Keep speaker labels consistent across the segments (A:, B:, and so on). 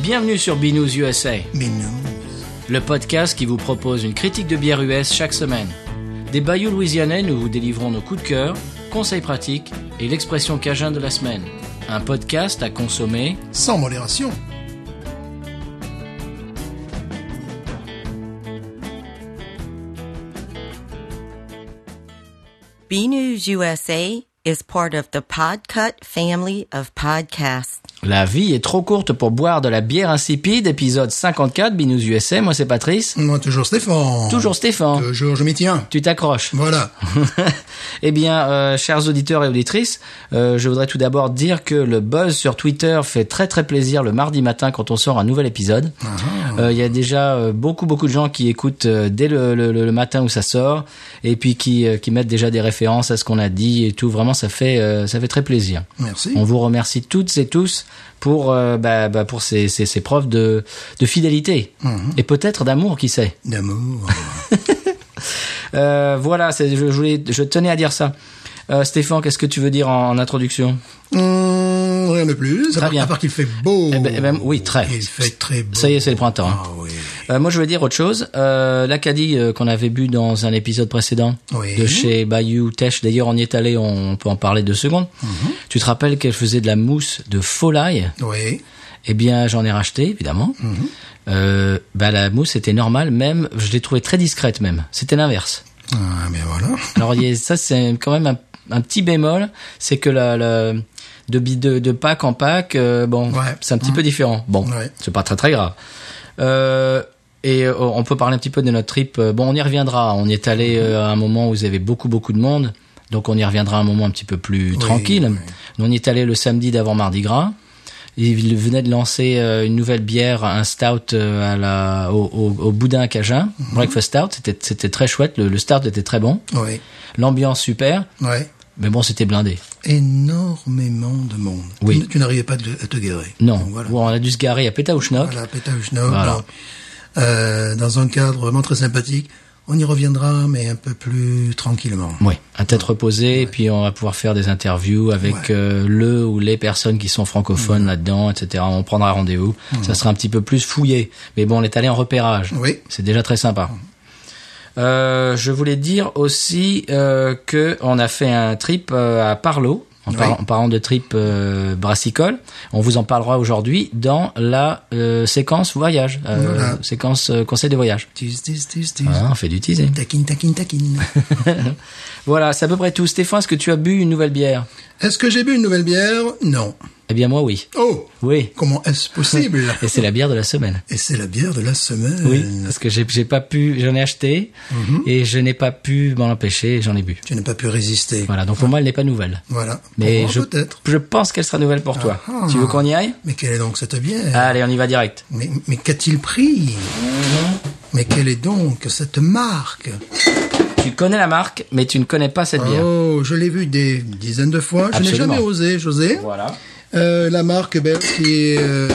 A: Bienvenue sur Binous USA,
B: Mais non.
A: le podcast qui vous propose une critique de bière US chaque semaine. Des bayous louisianais, nous vous délivrons nos coups de cœur, conseils pratiques et l'expression cajun de la semaine. Un podcast à consommer.
B: Sans modération.
C: B News USA is part of the Podcut family of podcasts.
A: La vie est trop courte pour boire de la bière insipide, épisode 54 Binous USA. Moi, c'est Patrice.
B: Moi, toujours Stéphane.
A: Toujours Stéphane.
B: Toujours, je m'y tiens.
A: Tu t'accroches.
B: Voilà.
A: eh bien, euh, chers auditeurs et auditrices, euh, je voudrais tout d'abord dire que le buzz sur Twitter fait très très plaisir le mardi matin quand on sort un nouvel épisode. Euh, Il y a déjà euh, beaucoup beaucoup de gens qui écoutent euh, dès le, le- le matin où ça sort et puis qui, euh, qui mettent déjà des références à ce qu'on a dit et tout. Vraiment, ça fait euh, ça fait très plaisir.
B: Merci.
A: On vous remercie toutes et tous pour euh, bah, bah, pour ces, ces, ces preuves de, de fidélité et peut-être d'amour, qui sait.
B: D'amour.
A: Euh, voilà, c'est- je, je voulais, je tenais à dire ça. Euh, Stéphane, qu'est-ce que tu veux dire en, en introduction
B: Hum, rien de plus.
A: Très
B: à, part,
A: bien.
B: à part qu'il fait beau.
A: Eh ben- eh ben, oui, très.
B: Il fait très beau.
A: Ça y est, c'est le printemps. hein.
B: Ah oui.
A: Euh, moi, je veux dire autre chose. Euh, L'Acadie euh, qu'on avait bu dans un épisode précédent
B: Oui.
A: de chez Bayou Tesh, d'ailleurs, on y est allé, on peut en parler deux secondes. Tu te rappelles qu'elle faisait de la mousse de folaille
B: Oui.
A: Eh bien, j'en ai racheté, évidemment. Euh, bah, la mousse était normale, même, je l'ai trouvée très discrète, même. C'était l'inverse.
B: Ah, mais voilà.
A: Alors il y a- ça c'est quand même un, un petit bémol, c'est que la, la- de, bi- de, de Pâques en Pâques, euh, bon,
B: Ouais. Mmh.
A: c'est un petit peu différent. Bon,
B: Ouais.
A: c'est pas très très grave. Euh, et euh, on peut parler un petit peu de notre trip. Euh, Bon, on y reviendra. On y est allé
B: Mmh.
A: euh, à un moment où il y avait beaucoup beaucoup de monde, donc on y reviendra à un moment un petit peu plus tranquille.
B: oui.
A: Nous, On y est allé le samedi d'avant Mardi Gras. Il venait de lancer euh, une nouvelle bière, un stout euh, à la, au, au- au boudin cajun,
B: Mmh.
A: breakfast stout. C'était- C'était très chouette. Le, le stout était très bon.
B: Oui.
A: L'ambiance super,
B: Oui.
A: mais bon, c'était blindé.
B: Énormément de monde.
A: Oui.
B: Tu, tu n'arrivais pas de- à te guérir.
A: Non,
B: Donc, Voilà.
A: Bon, on a dû se garer à Pétaouchnok.
B: Voilà, Pétaouchnov,
A: Voilà.
B: dans, euh, dans un cadre vraiment très sympathique. On y reviendra, mais un peu plus tranquillement.
A: Oui, à tête reposée, et puis on va pouvoir faire des interviews avec
B: Ouais. Mhm.
A: euh, le ou les personnes qui sont francophones là-dedans, etc. On prendra rendez-vous. Ça sera un petit peu plus fouillé. Mais bon, on est allé en repérage.
B: Oui.
A: C'est déjà très sympa. Euh, je voulais dire aussi euh, que on a fait un trip euh, à Parlo. En, par-
B: Oui.
A: en parlant de trip euh, brassicole, on vous en parlera aujourd'hui dans la euh, séquence voyage, euh,
B: Voilà.
A: séquence euh, conseil de voyage.
B: Tis, tis, tis, tis.
A: Ah, on fait du teasing.
B: Taquine, taquine, taquine.
A: Voilà, c'est à peu près tout. Stéphane, est-ce que tu as bu une nouvelle bière
B: Est-ce que j'ai bu une nouvelle bière Non.
A: Eh bien, moi, oui.
B: Oh
A: Oui.
B: Comment est-ce possible
A: Et c'est la bière de la semaine.
B: Et c'est la bière de la semaine.
A: Oui, parce que j'ai j'ai pas pu, j'en ai acheté et je n'ai pas pu m'en empêcher, et j'en ai bu.
B: Tu n'as pas pu résister.
A: Voilà, donc pour moi, elle n'est pas nouvelle.
B: Voilà. Pour
A: Mais
B: moi,
A: je,
B: peut-être.
A: je pense qu'elle sera nouvelle pour toi.
B: Ah.
A: Tu veux qu'on y aille
B: Mais quelle est donc cette bière
A: Allez, on y va direct.
B: Mais, mais qu'a-t-il pris Mais quelle est donc cette marque
A: Tu connais la marque, mais tu ne connais pas cette bière.
B: Oh, je l'ai vue des dizaines de fois. Je n'ai
A: Absolument.
B: jamais osé, José.
A: Voilà.
B: Euh, la marque ben, qui est euh,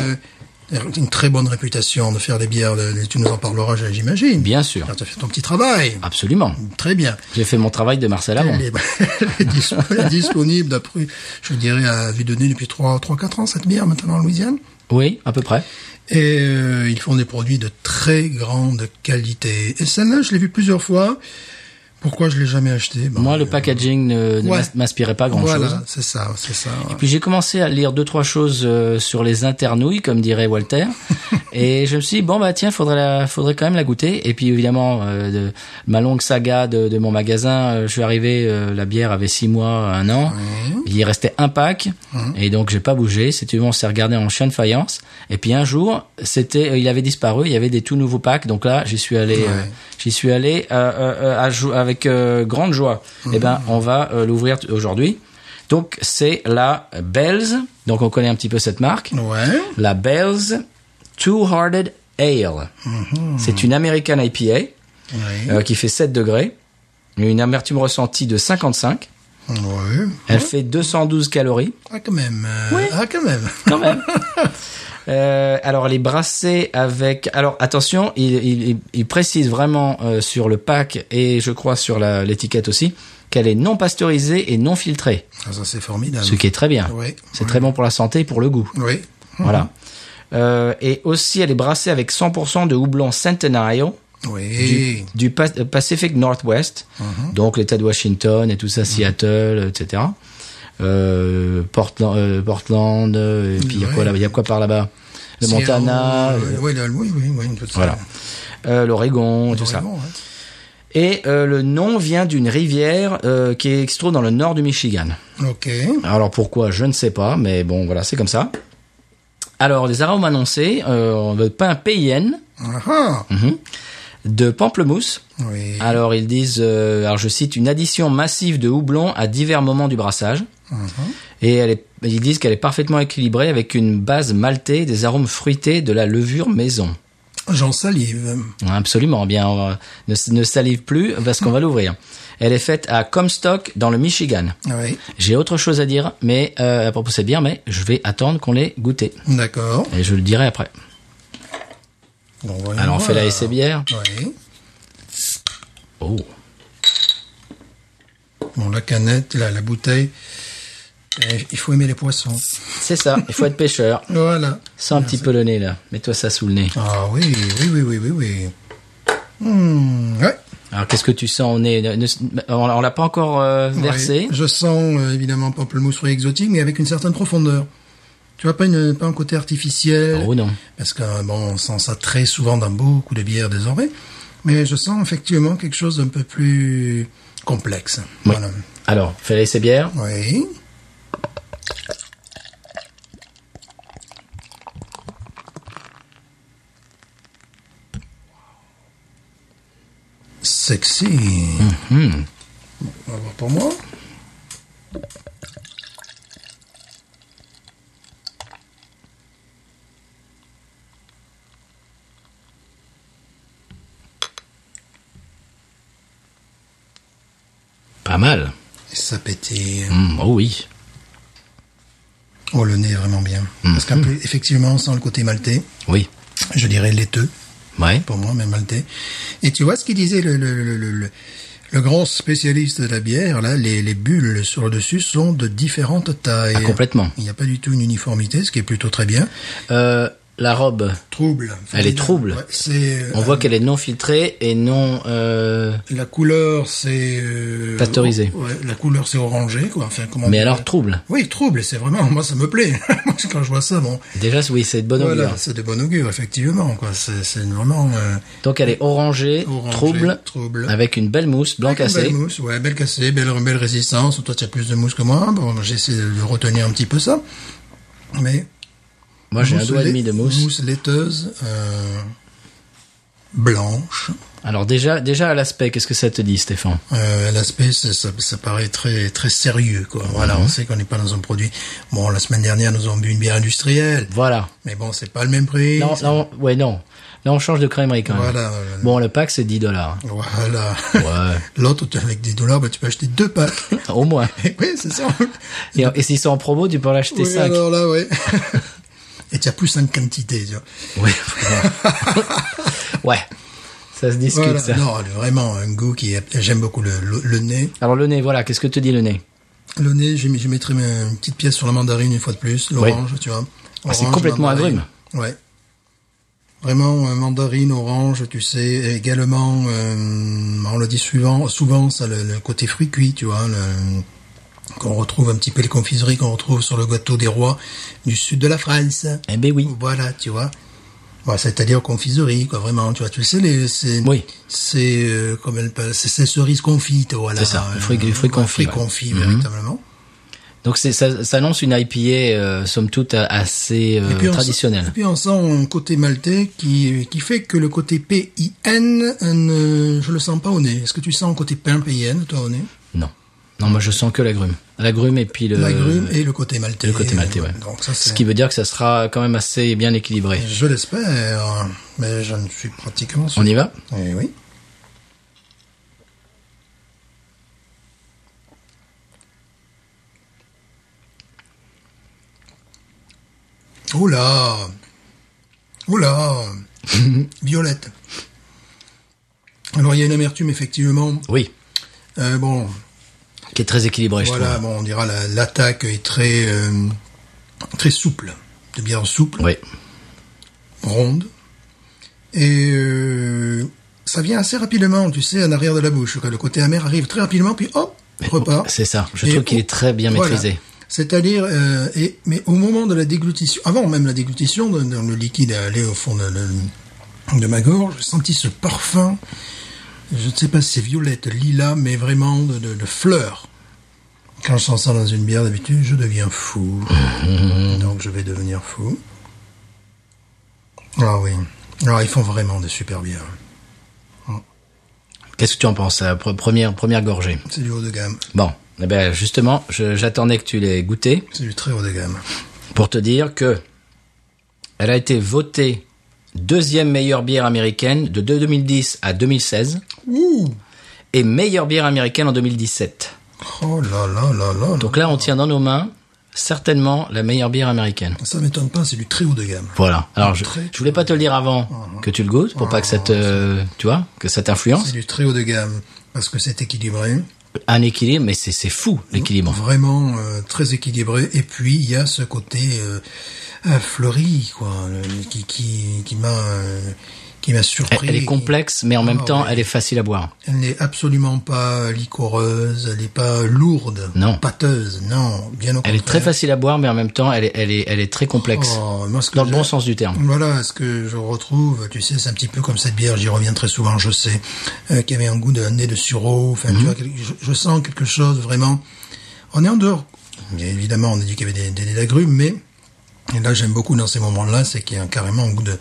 B: une très bonne réputation de faire des bières. de- tu nous en parleras, j'imagine.
A: Bien sûr.
B: Tu as fait ton petit travail.
A: Absolument.
B: Très bien.
A: J'ai fait mon travail de Marcel avant.
B: Elle est, elle est dis- elle est disponible d'après, je dirais, à vue donnée depuis 3, trois 4 ans, cette bière maintenant en Louisiane.
A: Oui, à peu près.
B: Et euh, ils font des produits de très grande qualité. Et celle-là, je l'ai vue plusieurs fois. Pourquoi je l'ai jamais achetée Ben,
A: Moi, le packaging ne, ne
B: Ouais.
A: m'ins- m'inspirait pas grand-chose.
B: Voilà, c'est ça, c'est ça.
A: Puis j'ai commencé à lire deux trois choses euh, sur les internouilles, comme dirait Walter, et je me suis dit bon bah tiens, faudrait la, faudrait quand même la goûter. Et puis évidemment euh, de ma longue saga de, de mon magasin, euh, je suis arrivé, euh, la bière avait six mois, un an, il y restait un pack, et donc j'ai pas bougé. Si tu veux, on s'est regardé en chien de faïence. Et puis un jour, c'était, euh, il avait disparu, il y avait des tout nouveaux packs, donc là j'y suis allé, euh, j'y suis allé euh, euh, euh, à jou- avec euh, grande joie. Et ben on va euh, l'ouvrir t- aujourd'hui. Donc c'est la Bells, donc on connaît un petit peu cette marque,
B: Ouais.
A: la Bells Two Hearted Ale. C'est une American IPA
B: Oui.
A: euh, qui fait 7 degrés, une amertume ressentie de 55,
B: Ouais.
A: elle fait 212 calories
B: Ah, quand même. euh, Ah, quand même.
A: quand même. Euh, alors elle est brassée avec. Alors attention, il, il, il- il précise vraiment euh, sur le pack et je crois sur la- l'étiquette aussi qu'elle est non pasteurisée et non filtrée,
B: Ah, ça, c'est formidable.
A: ce qui est très bien.
B: Ouais. Mhm.
A: C'est très bon pour la santé et pour le goût.
B: Oui.
A: Voilà. Euh, et aussi, elle est brassée avec 100% de houblon Centenario
B: Oui. Mhm.
A: du Pa- euh, Pacific Northwest, donc l'État de Washington et tout ça, Seattle, etc. Euh, Portland, euh, Portland, euh, et puis il y a
B: Ouais.
A: quoi là Il y a quoi par là-bas Le Montana,
B: C'est-
A: euh,
B: Oui, là, oui, oui, oui, tout ça.
A: voilà. euh, l'Oregon, tout ça.
B: Vraiment, hein.
A: Et euh, le nom vient d'une rivière euh, qui, est- qui se trouve dans le nord du Michigan.
B: Ok.
A: Alors pourquoi, je ne sais pas, mais bon, voilà, c'est comme ça. Alors, des arômes annoncés, euh, de pain Payenne,
B: Ah ah.
A: de pamplemousse.
B: Oui. Ah
A: Alors, ils disent, euh, alors je cite, une addition massive de houblon à divers moments du brassage.
B: ah.
A: Et elle est- ils disent qu'elle est parfaitement équilibrée avec une base maltée, des arômes fruités, de la levure maison.
B: J'en salive.
A: Absolument, bien, on va- ne, ne salive plus parce qu'on va l'ouvrir. Elle est faite à Comstock dans le Michigan.
B: Oui.
A: J'ai autre chose à dire, mais euh, à propos de cette bière, mais je vais attendre qu'on l'ait goûtée
B: D'accord.
A: et je le dirai après.
B: Bon, voyons
A: Alors on fait la
B: voir.
A: essai bière.
B: Oui.
A: Oh,
B: Bon, la canette, là, la bouteille. Eh, Il faut aimer les poissons.
A: c'est ça. Il faut être pêcheur.
B: Voilà.
A: Sans un petit peu le nez là. Mets-toi ça sous le nez.
B: Ah oui, oui, oui, oui, oui, oui. Hmm, ouais.
A: Alors qu'est-ce que tu sens au nez Ne- ne- On, on l'a pas encore euh, versé.
B: Ouais. Je sens euh, évidemment pamplemousse fruit exotique, mais avec une certaine profondeur. Tu vois, pas, une, pas un côté artificiel.
A: Oh non.
B: Parce que bon, on sent ça très souvent dans beaucoup de bières désormais. Mais je sens effectivement quelque chose d'un peu plus complexe.
A: Oui.
B: Voilà.
A: Alors, fais la essai bière.
B: Oui. Sexy. Bon, on va voir pour moi.
A: Pas mal.
B: Ça pétille.
A: Hum, oh oui.
B: Oh, le nez est vraiment bien. Parce qu'effectivement, sans le côté maltais,
A: Oui.
B: je dirais laiteux,
A: Ouais.
B: pour moi, mais maltais. Et tu vois ce qu'il disait le, le, le, le, le- le grand spécialiste de la bière, là, les, les bulles sur le dessus sont de différentes tailles.
A: Ah, complètement.
B: Il n'y a pas du tout une uniformité, ce qui est plutôt très bien.
A: Euh, la robe.
B: Trouble.
A: Elle est trouble.
B: Ouais, c'est,
A: On
B: euh,
A: voit qu'elle est non filtrée et non. euh,
B: La couleur, c'est... euh,
A: Pasteurisé.
B: ouais, la couleur, c'est orangé, quoi. Enfin, comment
A: Mais
B: dire
A: alors trouble.
B: Oui, trouble, c'est vraiment... Moi, ça me plaît. Quand je vois ça, bon...
A: Déjà, oui, c'est de bonne
B: voilà,
A: augure.
B: c'est de bon augure, effectivement. quoi. C'est c'est vraiment... euh,
A: Donc elle est orangée,
B: Orangée,
A: trouble,
B: trouble.
A: avec une belle mousse, blanc
B: Avec une
A: cassé.
B: Belle mousse, ouais, belle cassée, belle, belle résistance. Toi, tu as plus de mousse que moi. Bon, j'essaie de retenir un petit peu ça. Mais.
A: Moi j'ai un
B: mousse
A: doigt et
B: lait-
A: demi de mousse.
B: Mousse laiteuse, euh, blanche.
A: Alors déjà, déjà à l'aspect, qu'est-ce que ça te dit, Stéphane
B: Euh, à l'aspect, ça, ça, ça paraît très très sérieux, quoi.
A: Mhm.
B: Voilà, on sait qu'on n'est pas dans un produit. Bon, la semaine dernière, nous avons bu une bière industrielle,
A: Voilà.
B: mais bon, c'est pas le même prix.
A: Non, non, ouais, non. Là on change de crèmerie quand même.
B: Voilà, voilà.
A: Bon, le pack c'est 10 dollars.
B: Voilà.
A: Ouais.
B: L'autre, tu- avec 10 dollars, bah, tu peux acheter deux packs.
A: Au moins.
B: oui, c'est ça.
A: Et, et s'ils sont en promo, tu peux en acheter
B: Oui,
A: 5.
B: alors là, ouais. Et tu as plus cinq quantités, tu vois.
A: Ouais. ouais. Ça se discute
B: Voilà.
A: ça.
B: Non, le- vraiment un goût qui est... J'aime beaucoup le, le, le nez.
A: Alors le nez, voilà, qu'est-ce que te dit le nez
B: Le nez, je, je mettrai une petite pièce sur la mandarine une fois de plus, l'orange, tu vois.
A: Ah, c'est
B: Orange,
A: complètement
B: mandarine. Ouais. Vraiment, euh, mandarine, orange, tu sais, et également, euh, on le dit souvent, souvent ça, le, le côté fruit cuit, tu vois, le- qu'on retrouve un petit peu les confiseries qu'on retrouve sur le gâteau des rois du sud de la France.
A: Eh ben oui.
B: Voilà, tu vois. Voilà, c'est-à-dire confiserie, quoi, vraiment, tu vois. Tu sais, les, c'est,
A: Oui.
B: c'est, euh, comment elle passe, c'est, c'est cerise confite, voilà.
A: C'est ça,
B: Euh,
A: fruits- fruits
B: voilà,
A: confits,
B: Fruits
A: ouais. Mhm.
B: confits, véritablement.
A: Donc c'est- ça, ça annonce une IPA, euh, somme toute, a- assez euh,
B: Et puis on sent- Et
A: traditionnelle.
B: puis on sent un côté maltais qui, qui fait que le côté PIN, euh, je le sens pas au nez. Est-ce que tu sens un côté pain PIN, toi, au nez?
A: Non. Non, moi je sens que l'agrume. L'agrume et puis le...
B: L'agrume et le côté maltais.
A: Euh, le côté maltais, ouais.
B: Donc ça,
A: Ce
B: c'est,
A: qui veut dire que ça sera quand même assez bien équilibré.
B: je l'espère, mais je ne suis pratiquement sûr.
A: On y va
B: Eh oui. Oh là Oh là Violette. Alors il y a une amertume effectivement.
A: Oui.
B: Euh, bon,
A: Qui est très équilibré, je
B: voilà,
A: trouve.
B: bon, on dira la- l'attaque est très euh, très souple, de bien souple.
A: Oui.
B: ronde. Et euh, ça vient assez rapidement, tu sais, en arrière de la bouche. Quand le côté amer arrive très rapidement, puis hop, repart.
A: C'est ça. Je
B: Ah. Et
A: trouve
B: au-
A: qu'il est très bien
B: voilà.
A: maîtrisé.
B: C'est-à-dire, euh, et, mais au moment de la déglutition, avant même la déglutition, de- de- le liquide est allé au fond de, de- de ma gorge, j'ai senti ce parfum, je ne sais pas si c'est violette, lilas, mais vraiment de, de, de fleurs. Quand je sens ça dans une bière d'habitude, je deviens fou. Donc je vais devenir fou. Ah oui. Alors ils font vraiment des super bières.
A: Qu'est-ce que tu en penses la pre- première première gorgée
B: C'est du haut de gamme.
A: Bon, eh ben justement, je- j'attendais que tu l'aies goûté
B: C'est du très haut de gamme.
A: pour te dire que elle a été votée deuxième meilleure bière américaine de 2010 à 2016 et meilleure bière américaine en 2017.
B: Oh là là là là.
A: Donc là, on tient dans nos mains certainement la meilleure bière américaine.
B: Ça m'étonne pas, c'est du très haut de gamme.
A: Voilà. Alors je,
B: Très- Ah,
A: je voulais pas te le dire avant que tu le goûtes pour pas que ça te, tu vois, que ça
B: C'est
A: t'influence.
B: du très haut de gamme parce que c'est équilibré,
A: Un équilibre, mais c'est c'est fou l'équilibre.
B: vraiment euh, très équilibré. Et puis il y a ce côté euh, euh, fleuri, quoi, le- qui qui qui m'a euh, qui m'a
A: Elle,
B: surpris.
A: elle est complexe, mais en même
B: Ah,
A: temps,
B: ouais.
A: elle est facile à boire.
B: Elle n'est absolument pas licoreuse, elle n'est pas lourde,
A: Non.
B: pâteuse, non, bien au contraire.
A: Elle est très facile à boire, mais en même temps, elle est elle est elle est très complexe
B: Oh, Mmh. moi, ce que
A: dans le
B: j'ai-
A: bon sens du terme.
B: Voilà, ce que je retrouve, tu sais, c'est un petit peu comme cette bière, j'y reviens très souvent, je sais, euh, qui avait un goût de nez de sureau, enfin, tu vois, quel- je, je sens quelque chose vraiment. On est en dehors. Bien évidemment, on a dit qu'il y avait des, des nez d'agrumes, mais et là, j'aime beaucoup dans ces moments-là, c'est qu'il y a un- carrément un goût de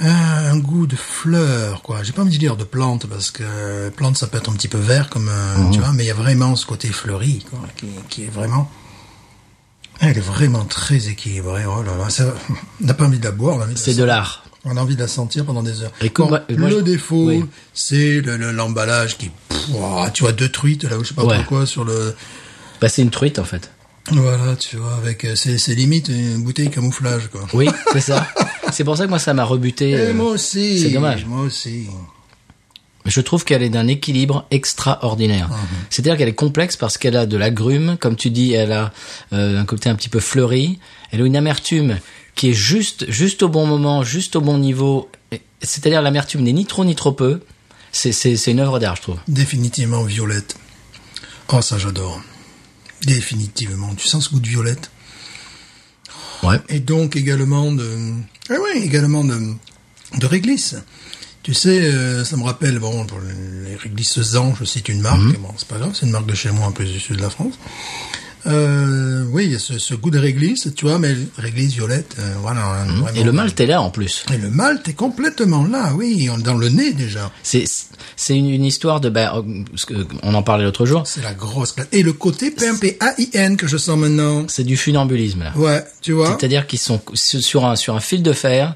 B: un, un goût de fleurs, quoi. J'ai pas envie de dire de plante parce que euh, plante, ça peut être un petit peu vert, comme euh,
A: Mhm.
B: tu vois, mais il y a vraiment ce côté fleuri, quoi, qui, qui est vraiment. Elle est vraiment très équilibrée. Oh là là, ça- on n'a pas envie de la boire, on a envie de la
A: C'est de l'art.
B: on a envie de la sentir pendant des heures.
A: Et comme moi- moi, je-
B: le défaut,
A: oui.
B: c'est le- le- l'emballage qui, pouah, tu vois, deux truites là, ou je sais pas
A: Ouais.
B: pourquoi sur le,
A: Bah, c'est une truite en fait.
B: voilà, tu vois, avec euh, c'est c'est limite une bouteille camouflage quoi.
A: Oui, c'est ça. C'est pour ça que moi, ça m'a rebuté.
B: Et
A: euh,
B: moi aussi.
A: c'est dommage.
B: Moi aussi.
A: Je trouve qu'elle est d'un équilibre extraordinaire. C'est-à-dire qu'elle est complexe parce qu'elle a de l'agrumes, comme tu dis, elle a euh, un côté un petit peu fleuri, elle a une amertume qui est juste, juste au bon moment, juste au bon niveau. Et- C'est-à-dire l'amertume n'est ni trop ni trop peu. C'est- C'est c'est une œuvre d'art, je trouve.
B: Définitivement violette. Oh ça j'adore. Définitivement. Tu sens ce goût de violette.
A: Ouais.
B: Et donc également de, ah ouais, également de, de réglisse. Tu sais, euh, ça me rappelle, bon, pour les réglisses Ange, je cite une marque,
A: Mhm.
B: bon, c'est pas grave, c'est une marque de chez moi, un peu du sud de la France. Euh, oui, il y a ce, ce goût de réglisse, tu vois, mais réglisse violette, euh, voilà. vraiment.
A: Mhm.
B: euh,
A: Et le malt est là en plus.
B: Et le malt est complètement là, oui, on- dans le nez déjà.
A: C'est c'est une, une histoire de... Bah, euh, ce que- on en parlait l'autre jour.
B: C'est la grosse classe. Et le côté P-A-I-N que je sens maintenant.
A: C'est du funambulisme, là.
B: Ouais, tu vois.
A: C'est-à-dire qu'ils sont su- sur un, sur un fil de fer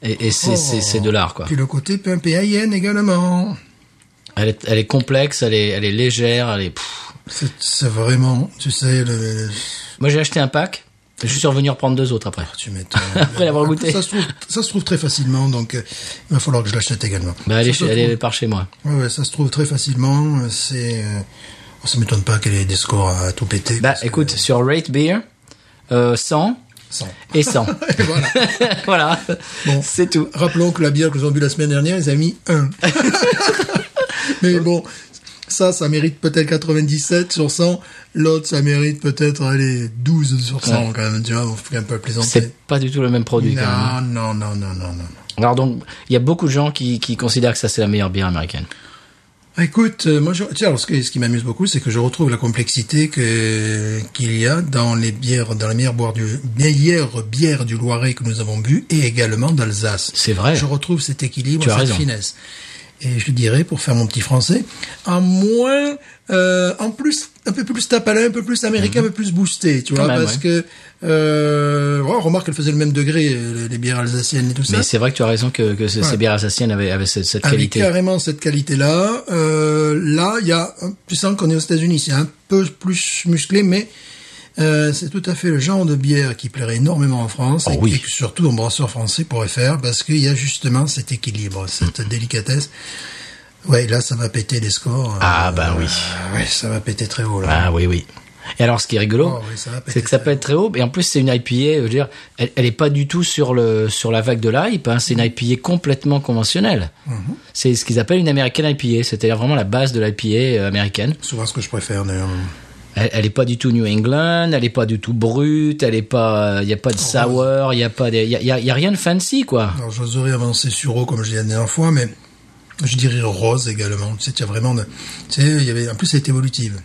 A: et, et c'est c'est- c'est de l'art, quoi.
B: Puis le côté P-A-I-N également.
A: Elle est, elle est complexe, elle est, elle est légère, elle est. pff.
B: C'est c'est vraiment, tu sais, le,
A: Moi, j'ai acheté un pack. Je suis revenu reprendre deux autres après.
B: Tu m'étonnes.
A: Après l'avoir
B: En plus,
A: goûté.
B: Ça se, trouve, ça se trouve très facilement, donc euh, il va falloir que je l'achète également.
A: Bah, elle
B: ça,
A: est,
B: se
A: chez- elle est
B: trouve,
A: par chez moi.
B: ouais, ouais, ça se trouve très facilement. euh, C'est, euh, ça m'étonne pas qu'elle ait des scores à tout péter.
A: Bah,
B: parce que-
A: écoute, sur Rate Beer, euh, 100
B: Sans.
A: et 100.
B: Et voilà.
A: voilà,
B: Bon.
A: c'est tout.
B: Rappelons que la bière que j'ai bu la semaine dernière, ils ont mis 1. Mais bon, ça, ça mérite peut-être 97 sur 100. L'autre, ça mérite peut-être, allez, 12 sur 100 quand même. Tu vois, on fait un peu plaisanter.
A: C'est pas hein. du tout le même produit. quand même.
B: Non, non, non, non, non, non.
A: Alors donc, il y a beaucoup de gens qui, qui considèrent que ça c'est la meilleure bière américaine.
B: Ah, Écoute, euh, moi, je, tu sais, alors, ce, que- ce qui m'amuse beaucoup, c'est que je retrouve la complexité que qu'il y a dans les bières, dans la meilleure boire du meilleure bière du Loiret que nous avons bu, et également d'Alsace.
A: C'est vrai.
B: Je retrouve cet équilibre,
A: Tu as
B: cette
A: raison.
B: finesse. Et je dirais, pour faire mon petit français, en moins, euh, en plus, un peu plus tapalin, un peu plus américain, un peu plus boosté, tu vois,
A: Mhm. même,
B: parce
A: ouais.
B: que euh, oh, remarque, elle faisait le même degré euh, les, les bières alsaciennes et tout ça.
A: Mais c'est vrai que tu as raison que, que ces-
B: Ouais.
A: ces bières alsaciennes avaient, avaient cette, cette
B: Avec euh,
A: qualité.
B: carrément cette qualité-là. Euh, là, il y a, tu sens qu'on est aux États-Unis, c'est un peu plus musclé, mais euh, c'est tout à fait le genre de bière qui plairait énormément en France
A: Oh
B: et,
A: oui.
B: et que surtout un brasseur français pourrait faire parce qu'il y a justement cet équilibre, cette
A: Mm.
B: délicatesse. Ouais, là, ça va péter des scores.
A: Ah bah oui.
B: Euh, ouais, ça va péter très haut là.
A: Ah oui oui. Et alors, ce qui est rigolo,
B: Oh, oui, ça va péter
A: c'est que ça
B: très
A: peut être très haut. Et en plus, c'est une IPA, je veux dire, elle, elle est pas du tout sur le sur la vague de l'hype. Hein. C'est une IPA complètement conventionnelle.
B: Mhm.
A: C'est ce qu'ils appellent une américaine IPA, c'est-à-dire vraiment la base de l'IPA euh, américaine.
B: Souvent ce que je préfère d'ailleurs.
A: Elle, elle est pas du tout New England, elle est pas du tout brute, elle est pas, il y a
B: Oh,
A: pas de sour, il y a pas des, il y a, y a- y a rien de fancy quoi.
B: Alors j'oserais avancer sur eau comme je l'ai dit la dernière fois, mais je dirais rose également. Tu sais, tu as vraiment de, tu sais, il y avait, en plus elle est évolutive.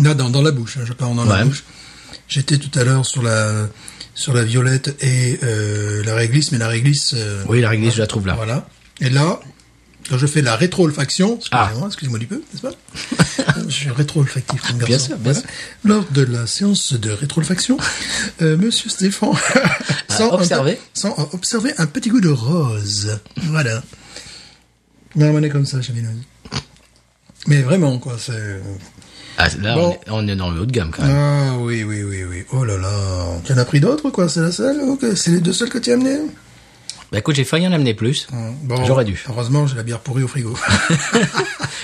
B: Là, dans, dans la bouche, hein, je parle dans
A: Ouais.
B: la bouche. J'étais tout à l'heure sur la, sur la violette et euh, la réglisse, mais la réglisse. euh,
A: Oui, la réglisse, je la trouve là.
B: Voilà. Et là, quand je fais la rétro-olfaction, excusez-moi, excusez-moi du peu, n'est-ce pas Je suis rétro-olfactif comme garçon.
A: Ah. Bien sûr, bien
B: voilà.
A: sûr.
B: Lors de la séance de rétro-olfaction, euh, monsieur Stéphane sent, un
A: observé.
B: pe- sent, euh, observer un petit goût de rose. Voilà. Non, mais on est comme ça, Chavinoz. Mais vraiment, quoi, c'est...
A: Ah, là,
B: Bon.
A: on, est, on est dans le haut de gamme quand même.
B: Ah oui, oui, oui, oui. Oh là là. Tu en as pris d'autres, quoi C'est la seule Ok, C'est les deux seuls que tu as amenés
A: Bah écoute, j'ai failli en amener plus.
B: Bon,
A: J'aurais dû.
B: Heureusement, j'ai la bière pourrie au frigo.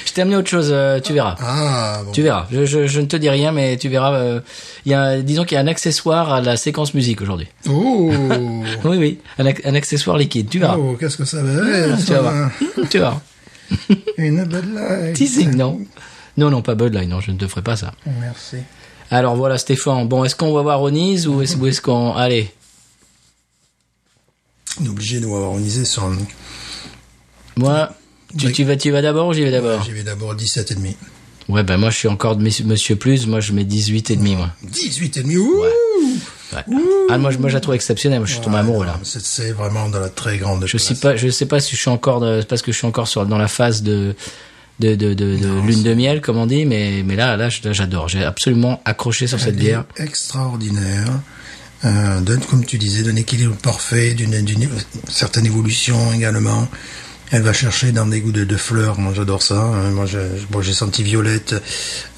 A: Je t'ai amené autre chose, euh, tu verras.
B: ah, bon.
A: Tu verras. Je, je, je ne te dis rien, mais tu verras. euh, Il y a, un- disons qu'il y a un accessoire à la séquence musique aujourd'hui.
B: Oh,
A: Oui, oui, un, ac- un accessoire liquide. Tu verras.
B: oh qu'est-ce que ça va être
A: tu vas voir. tu verras.
B: Une belle light.
A: Teasing, non. Non, non, pas Bud Light, non, je ne te ferai pas ça.
B: Ah, Merci.
A: Alors voilà, Stéphane. Bon, est-ce qu'on va voir Onise ou est-ce, ou est-ce qu'on. Allez.
B: On est obligé de nous avoir organisé sur un...
A: Moi, tu,
B: Oui.
A: tu vas, tu vas d'abord ou j'y vais d'abord
B: J'y vais d'abord 17 et demi.
A: Ouais, ben moi je suis encore de mes- Monsieur Plus, moi je mets 18 et demi, moi.
B: 18 et demi, ouh
A: Ouais. Ah, moi je, moi je la trouve exceptionnelle, moi je suis tombé amoureux là.
B: C'est- C'est vraiment de la très grande
A: Je sais
B: classe.
A: pas, je sais pas si je suis encore de- parce que je suis encore sur dans la phase de de, de, de, de lune de miel comme on dit, mais mais là là je- là, j'adore, j'ai absolument accroché sur cette
B: Elle
A: bière.
B: est extraordinaire. Euh, donne, comme tu disais, d'un équilibre parfait, d'une d'une- euh, certaine évolution également. Elle va chercher dans des goûts de, de fleurs. Moi, j'adore ça. Euh, Moi, je- je- bon, j'ai senti violette,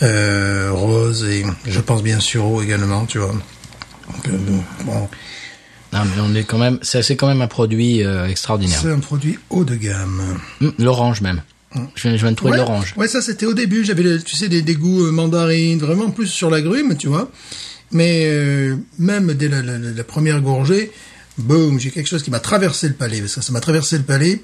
B: euh, rose et je pense bien sûr eau également, tu vois. Donc, euh, bon,
A: Non, mais on est quand même, c'est c'est quand même un produit euh, extraordinaire.
B: C'est un produit haut de gamme.
A: Mm, l'orange même. Je viens, je viens de trouver
B: ouais,
A: de l'orange.
B: Ouais, ça c'était au début. J'avais, le- tu sais, des, des goûts euh, mandarines, vraiment plus sur la grume, tu vois. Mais euh, même dès la, la- la- la première gorgée, boum, j'ai quelque chose qui m'a traversé le palais. Parce que ça m'a traversé le palais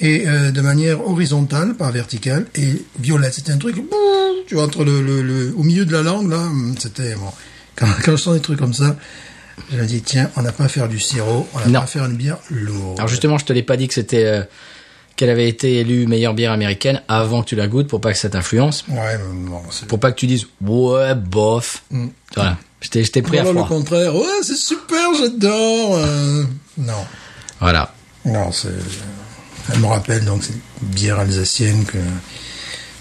B: et euh, de manière horizontale, pas verticale. Et violette, c'était un truc, boum, tu vois, entre le, le- le- au milieu de la langue là, hum, c'était bon. Quand, quand je sens des trucs comme ça. Je me dis, tiens, on n'a pas à faire du sirop, on n'a
A: Non.
B: pas à faire une bière lourde.
A: Alors justement, je te l'ai pas dit que c'était euh, qu'elle avait été élue meilleure bière américaine avant que tu la goûtes pour pas que ça t'influence,
B: Ouais, mais bon, c'est
A: pour pas que tu dises ouais bof. Voilà, j'étais j'étais pris à
B: Hum. Voilà le
A: froid.
B: contraire. Ouais, c'est super, j'adore. euh, Non.
A: Voilà.
B: Non, c'est. Elle me rappelle donc cette bière alsacienne que.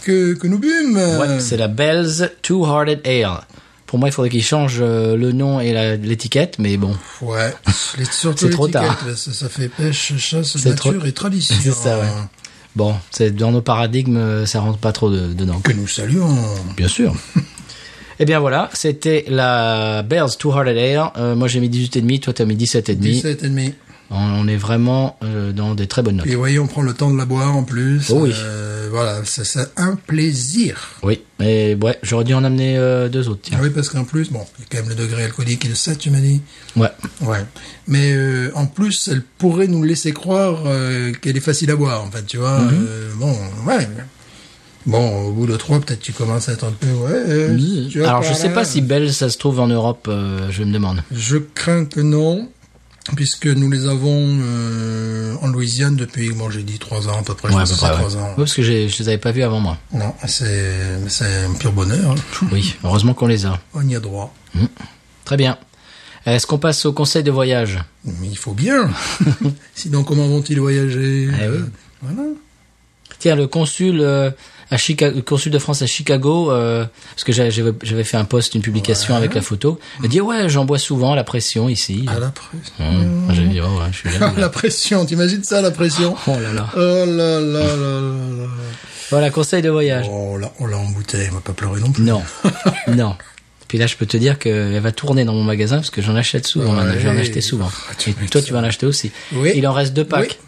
B: que, que nous bûmes.
A: Ouais, c'est la Bell's Two Hearted Ale. Pour moi, il faudrait qu'ils changent euh, le nom et la- l'étiquette, mais bon,
B: Ouais. Les- surtout
A: C'est trop
B: l'étiquette,
A: tard.
B: là, Ça, ça fait pêche, chasse,
A: C'est
B: nature
A: trop-
B: et tradition.
A: c'est ça, ouais. Ah. Bon, c'est dans nos paradigmes, euh, ça rentre pas trop de- dedans.
B: Que nous saluons.
A: Bien sûr. Eh bien voilà, c'était la Bell's Two Hearted Ale. Euh, moi j'ai mis 18,5, toi t'as mis 17,5.
B: 17 et demi.
A: On, on est vraiment euh, dans des très bonnes notes.
B: Et voyez, on prend le temps de la boire en plus.
A: Oh oui.
B: Euh, voilà, ça- c'est un plaisir.
A: Oui, mais ouais, j'aurais dû en amener euh, deux autres,
B: Ah
A: tiens.
B: oui, parce qu'en plus, bon, il y a quand même le degré alcoolique, il est 7, tu m'as dit.
A: Ouais.
B: Ouais. Mais euh, en plus, elle pourrait nous laisser croire euh, qu'elle est facile à boire, en fait, tu vois.
A: Mhm.
B: Euh, bon, ouais. Bon, au bout de trois, peut-être tu commences à être un peu... Ouais, euh, tu vois,
A: Alors je
B: par
A: sais
B: là.
A: pas si Bell ça se trouve en Europe, euh, je me demande.
B: Je crains que non, puisque nous les avons euh, en Louisiane depuis, bon, j'ai dit trois ans à peu près. je
A: Ouais, à
B: pense
A: peu
B: que c'est
A: près, ouais.
B: trois ans.
A: Ouais, parce que j'ai- je les avais pas vus avant moi.
B: Non, c'est c'est un pur bonheur. hein.
A: Oui, heureusement qu'on les a.
B: On y a droit.
A: Très bien. Est-ce qu'on passe au conseil de voyage
B: Mais il faut bien. Sinon, comment vont-ils voyager Euh,
A: Eh oui.
B: Voilà.
A: Tiens, le consul euh, à Chicago, le consul de France à Chicago, euh, parce que j'a- j'avais j'avais fait un post, une publication avec la photo, il dit ouais, j'en bois souvent la pression ici.
B: À la presse.
A: Hum, J'avais dit oh ouais, je suis
B: Ah,
A: jaloux, là.
B: la pression, t'imagines ça, la pression
A: Oh là là.
B: Oh là là là là là.
A: Voilà, conseil de voyage.
B: Oh, on l'a- on l'a embouteille, on va pas pleurer non plus.
A: Non, non. Puis là, je peux te dire qu'elle va tourner dans mon magasin parce que j'en achète souvent. hein.
B: Ouais.
A: J'en achetais souvent.
B: Ah, tu
A: Et
B: m'étonnes.
A: toi, tu vas en acheter aussi.
B: Oui.
A: Il en reste deux packs.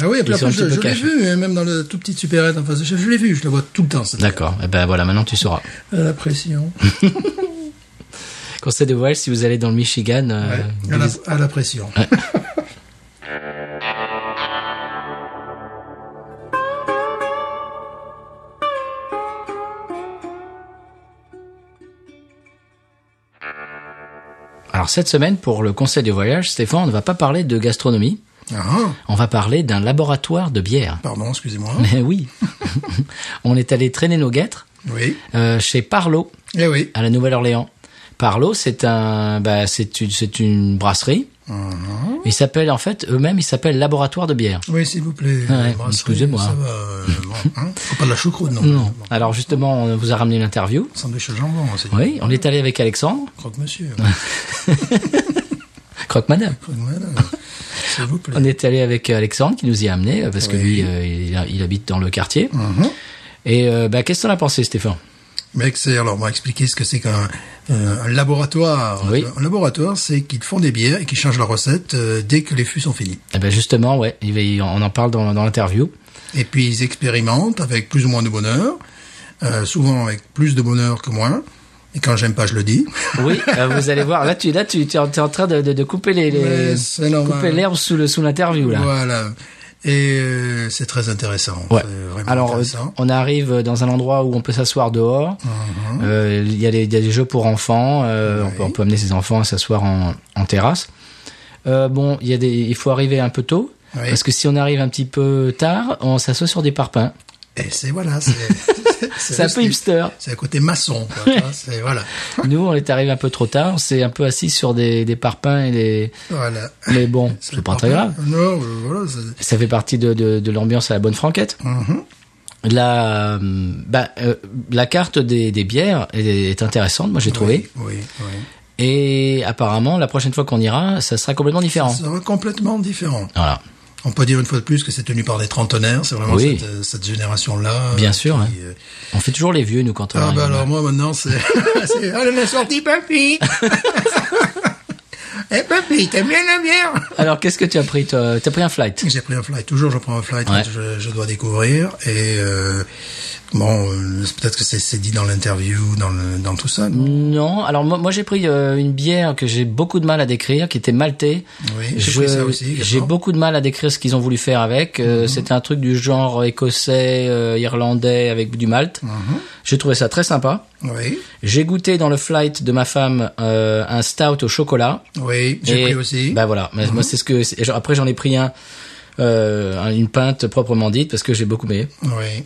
B: Ah oui, et puis
A: Ils sont un
B: après, je,
A: petit
B: je
A: peu
B: l'ai
A: cachés.
B: vu, hein, même dans la toute petite
A: Eh
B: supérette en face de chef, je l'ai vu, je la vois tout le temps. cette-
A: D'accord. Et ben voilà, maintenant tu sauras.
B: Ah, La pression.
A: Conseil de voyage si vous allez dans le Michigan. euh,
B: Ouais,
A: vous
B: à, la,
A: les-
B: à la pression.
A: Alors cette semaine, pour le Conseil de voyage, Stéphane, on ne va pas parler de gastronomie,
B: Ah,
A: on va parler d'un laboratoire de bière.
B: pardon, excusez-moi.
A: Eh oui, on est allé traîner nos guêtres
B: Oui.
A: euh, chez Parlo,
B: Eh oui.
A: à la Nouvelle-Orléans. Parlo, c'est un, bah, c'est une, c'est une brasserie. Ils s'appellent en fait eux-mêmes, ils s'appellent laboratoire de bière.
B: Uh-huh. Oui, s'il vous plaît.
A: Ah ouais,
B: la brasserie,
A: excusez-moi.
B: Ça va. euh, bon, hein. Faut pas de la choucroute, non.
A: Non.
B: Bon,
A: Alors justement, on vous a ramené une interview.
B: sandwich au jambon, c'est du
A: Oui, on est allé avec Alexandre,
B: croque-monsieur. hein.
A: croque madame.
B: Croque-madame. S'il vous plaît.
A: On est allé avec Alexandre qui nous y a amené euh, parce que lui, euh, il, a- il habite dans le quartier.
B: Mhm.
A: Et euh, bah, qu'est-ce qu'on a pensé, Stéphane
B: Mec, c'est alors on va expliquer ce que c'est qu'un euh, un laboratoire.
A: Oui.
B: Un laboratoire, c'est qu'ils font des bières et qu'ils changent la recette euh, dès que les fûts sont finis.
A: Eh ben justement, ouais, il va- il- on en parle dans, dans l'interview.
B: Et puis ils expérimentent avec plus ou moins de bonheur, euh, souvent avec plus de bonheur que moins. Et quand j'aime pas, je le dis.
A: Oui, euh, vous allez voir. Là, tu, là, tu, tu es, en- tu es en train de, de- de couper les, les
B: Mais c'est normal.
A: couper l'herbe sous le sous l'interview là.
B: Voilà. Et euh, c'est très intéressant.
A: Ouais.
B: C'est vraiment
A: Alors, euh,
B: intéressant.
A: on arrive dans un endroit où on peut s'asseoir dehors.
B: Uh-huh.
A: Euh, Il y, a des- il y a des jeux pour enfants. euh, on, peut, on peut amener ses enfants à s'asseoir en, en terrasse. Euh, bon, il y a des, il faut arriver un peu tôt.
B: Oui.
A: Parce que si on arrive un petit peu tard, on s'assoit sur des parpaings.
B: Et c'est voilà, c'est- c'est
A: C'est un
B: le
A: peu
B: style.
A: hipster.
B: C'est à côté maçon. quoi, tu vois, c'est voilà,
A: Nous, on est arrivé un peu trop tard. On s'est un peu assis sur des, des parpaings et des.
B: voilà.
A: Mais bon, c'est pas très grave.
B: Non, euh, voilà. c'est-
A: Ça fait partie de, de, de l'ambiance à la bonne franquette.
B: Mhm.
A: La, euh, bah, euh, la carte des, des bières est, est intéressante, moi j'ai trouvé.
B: Oui, oui.
A: Et apparemment, la prochaine fois qu'on ira, ça sera complètement différent.
B: Ça sera complètement différent.
A: Voilà.
B: On peut dire une fois de plus que c'est tenu par des trentenaires. C'est vraiment
A: Oui.
B: cette, euh, cette génération-là. euh,
A: Bien sûr, hein.
B: euh,
A: On fait toujours les vieux, nous, quand on
B: Ah
A: arrive.
B: bah alors moi maintenant c'est... c'est, Allez la sortie papy Eh papy, t'aimes bien la bière
A: Alors, qu'est-ce que tu as pris toi T'as pris un flight
B: J'ai pris un flight, toujours je prends un flight
A: Ouais.
B: quand je, je dois découvrir et euh, bon, euh, c'est- peut-être que c'est, c'est dit dans l'interview, dans, le- dans tout ça.
A: Mm.
B: non
A: Non. Alors, moi, moi j'ai pris euh, une bière que j'ai beaucoup de mal à décrire, qui était maltais.
B: Oui, j'ai
A: Je-
B: pris ça aussi. Mhm.
A: J'ai
B: également.
A: beaucoup de mal à décrire ce qu'ils ont voulu faire avec. Euh, C'était un truc du genre écossais, euh, irlandais, avec du malt.
B: Mhm.
A: J'ai trouvé ça très sympa.
B: Oui,
A: J'ai goûté dans le flight de ma femme euh, un stout au chocolat.
B: oui, j'ai
A: Et-
B: pris aussi.
A: Bah voilà, Mais moi c'est ce que c'est- genre, après j'en ai pris un euh, un- une pinte proprement dite parce que j'ai beaucoup aimé.
B: Oui.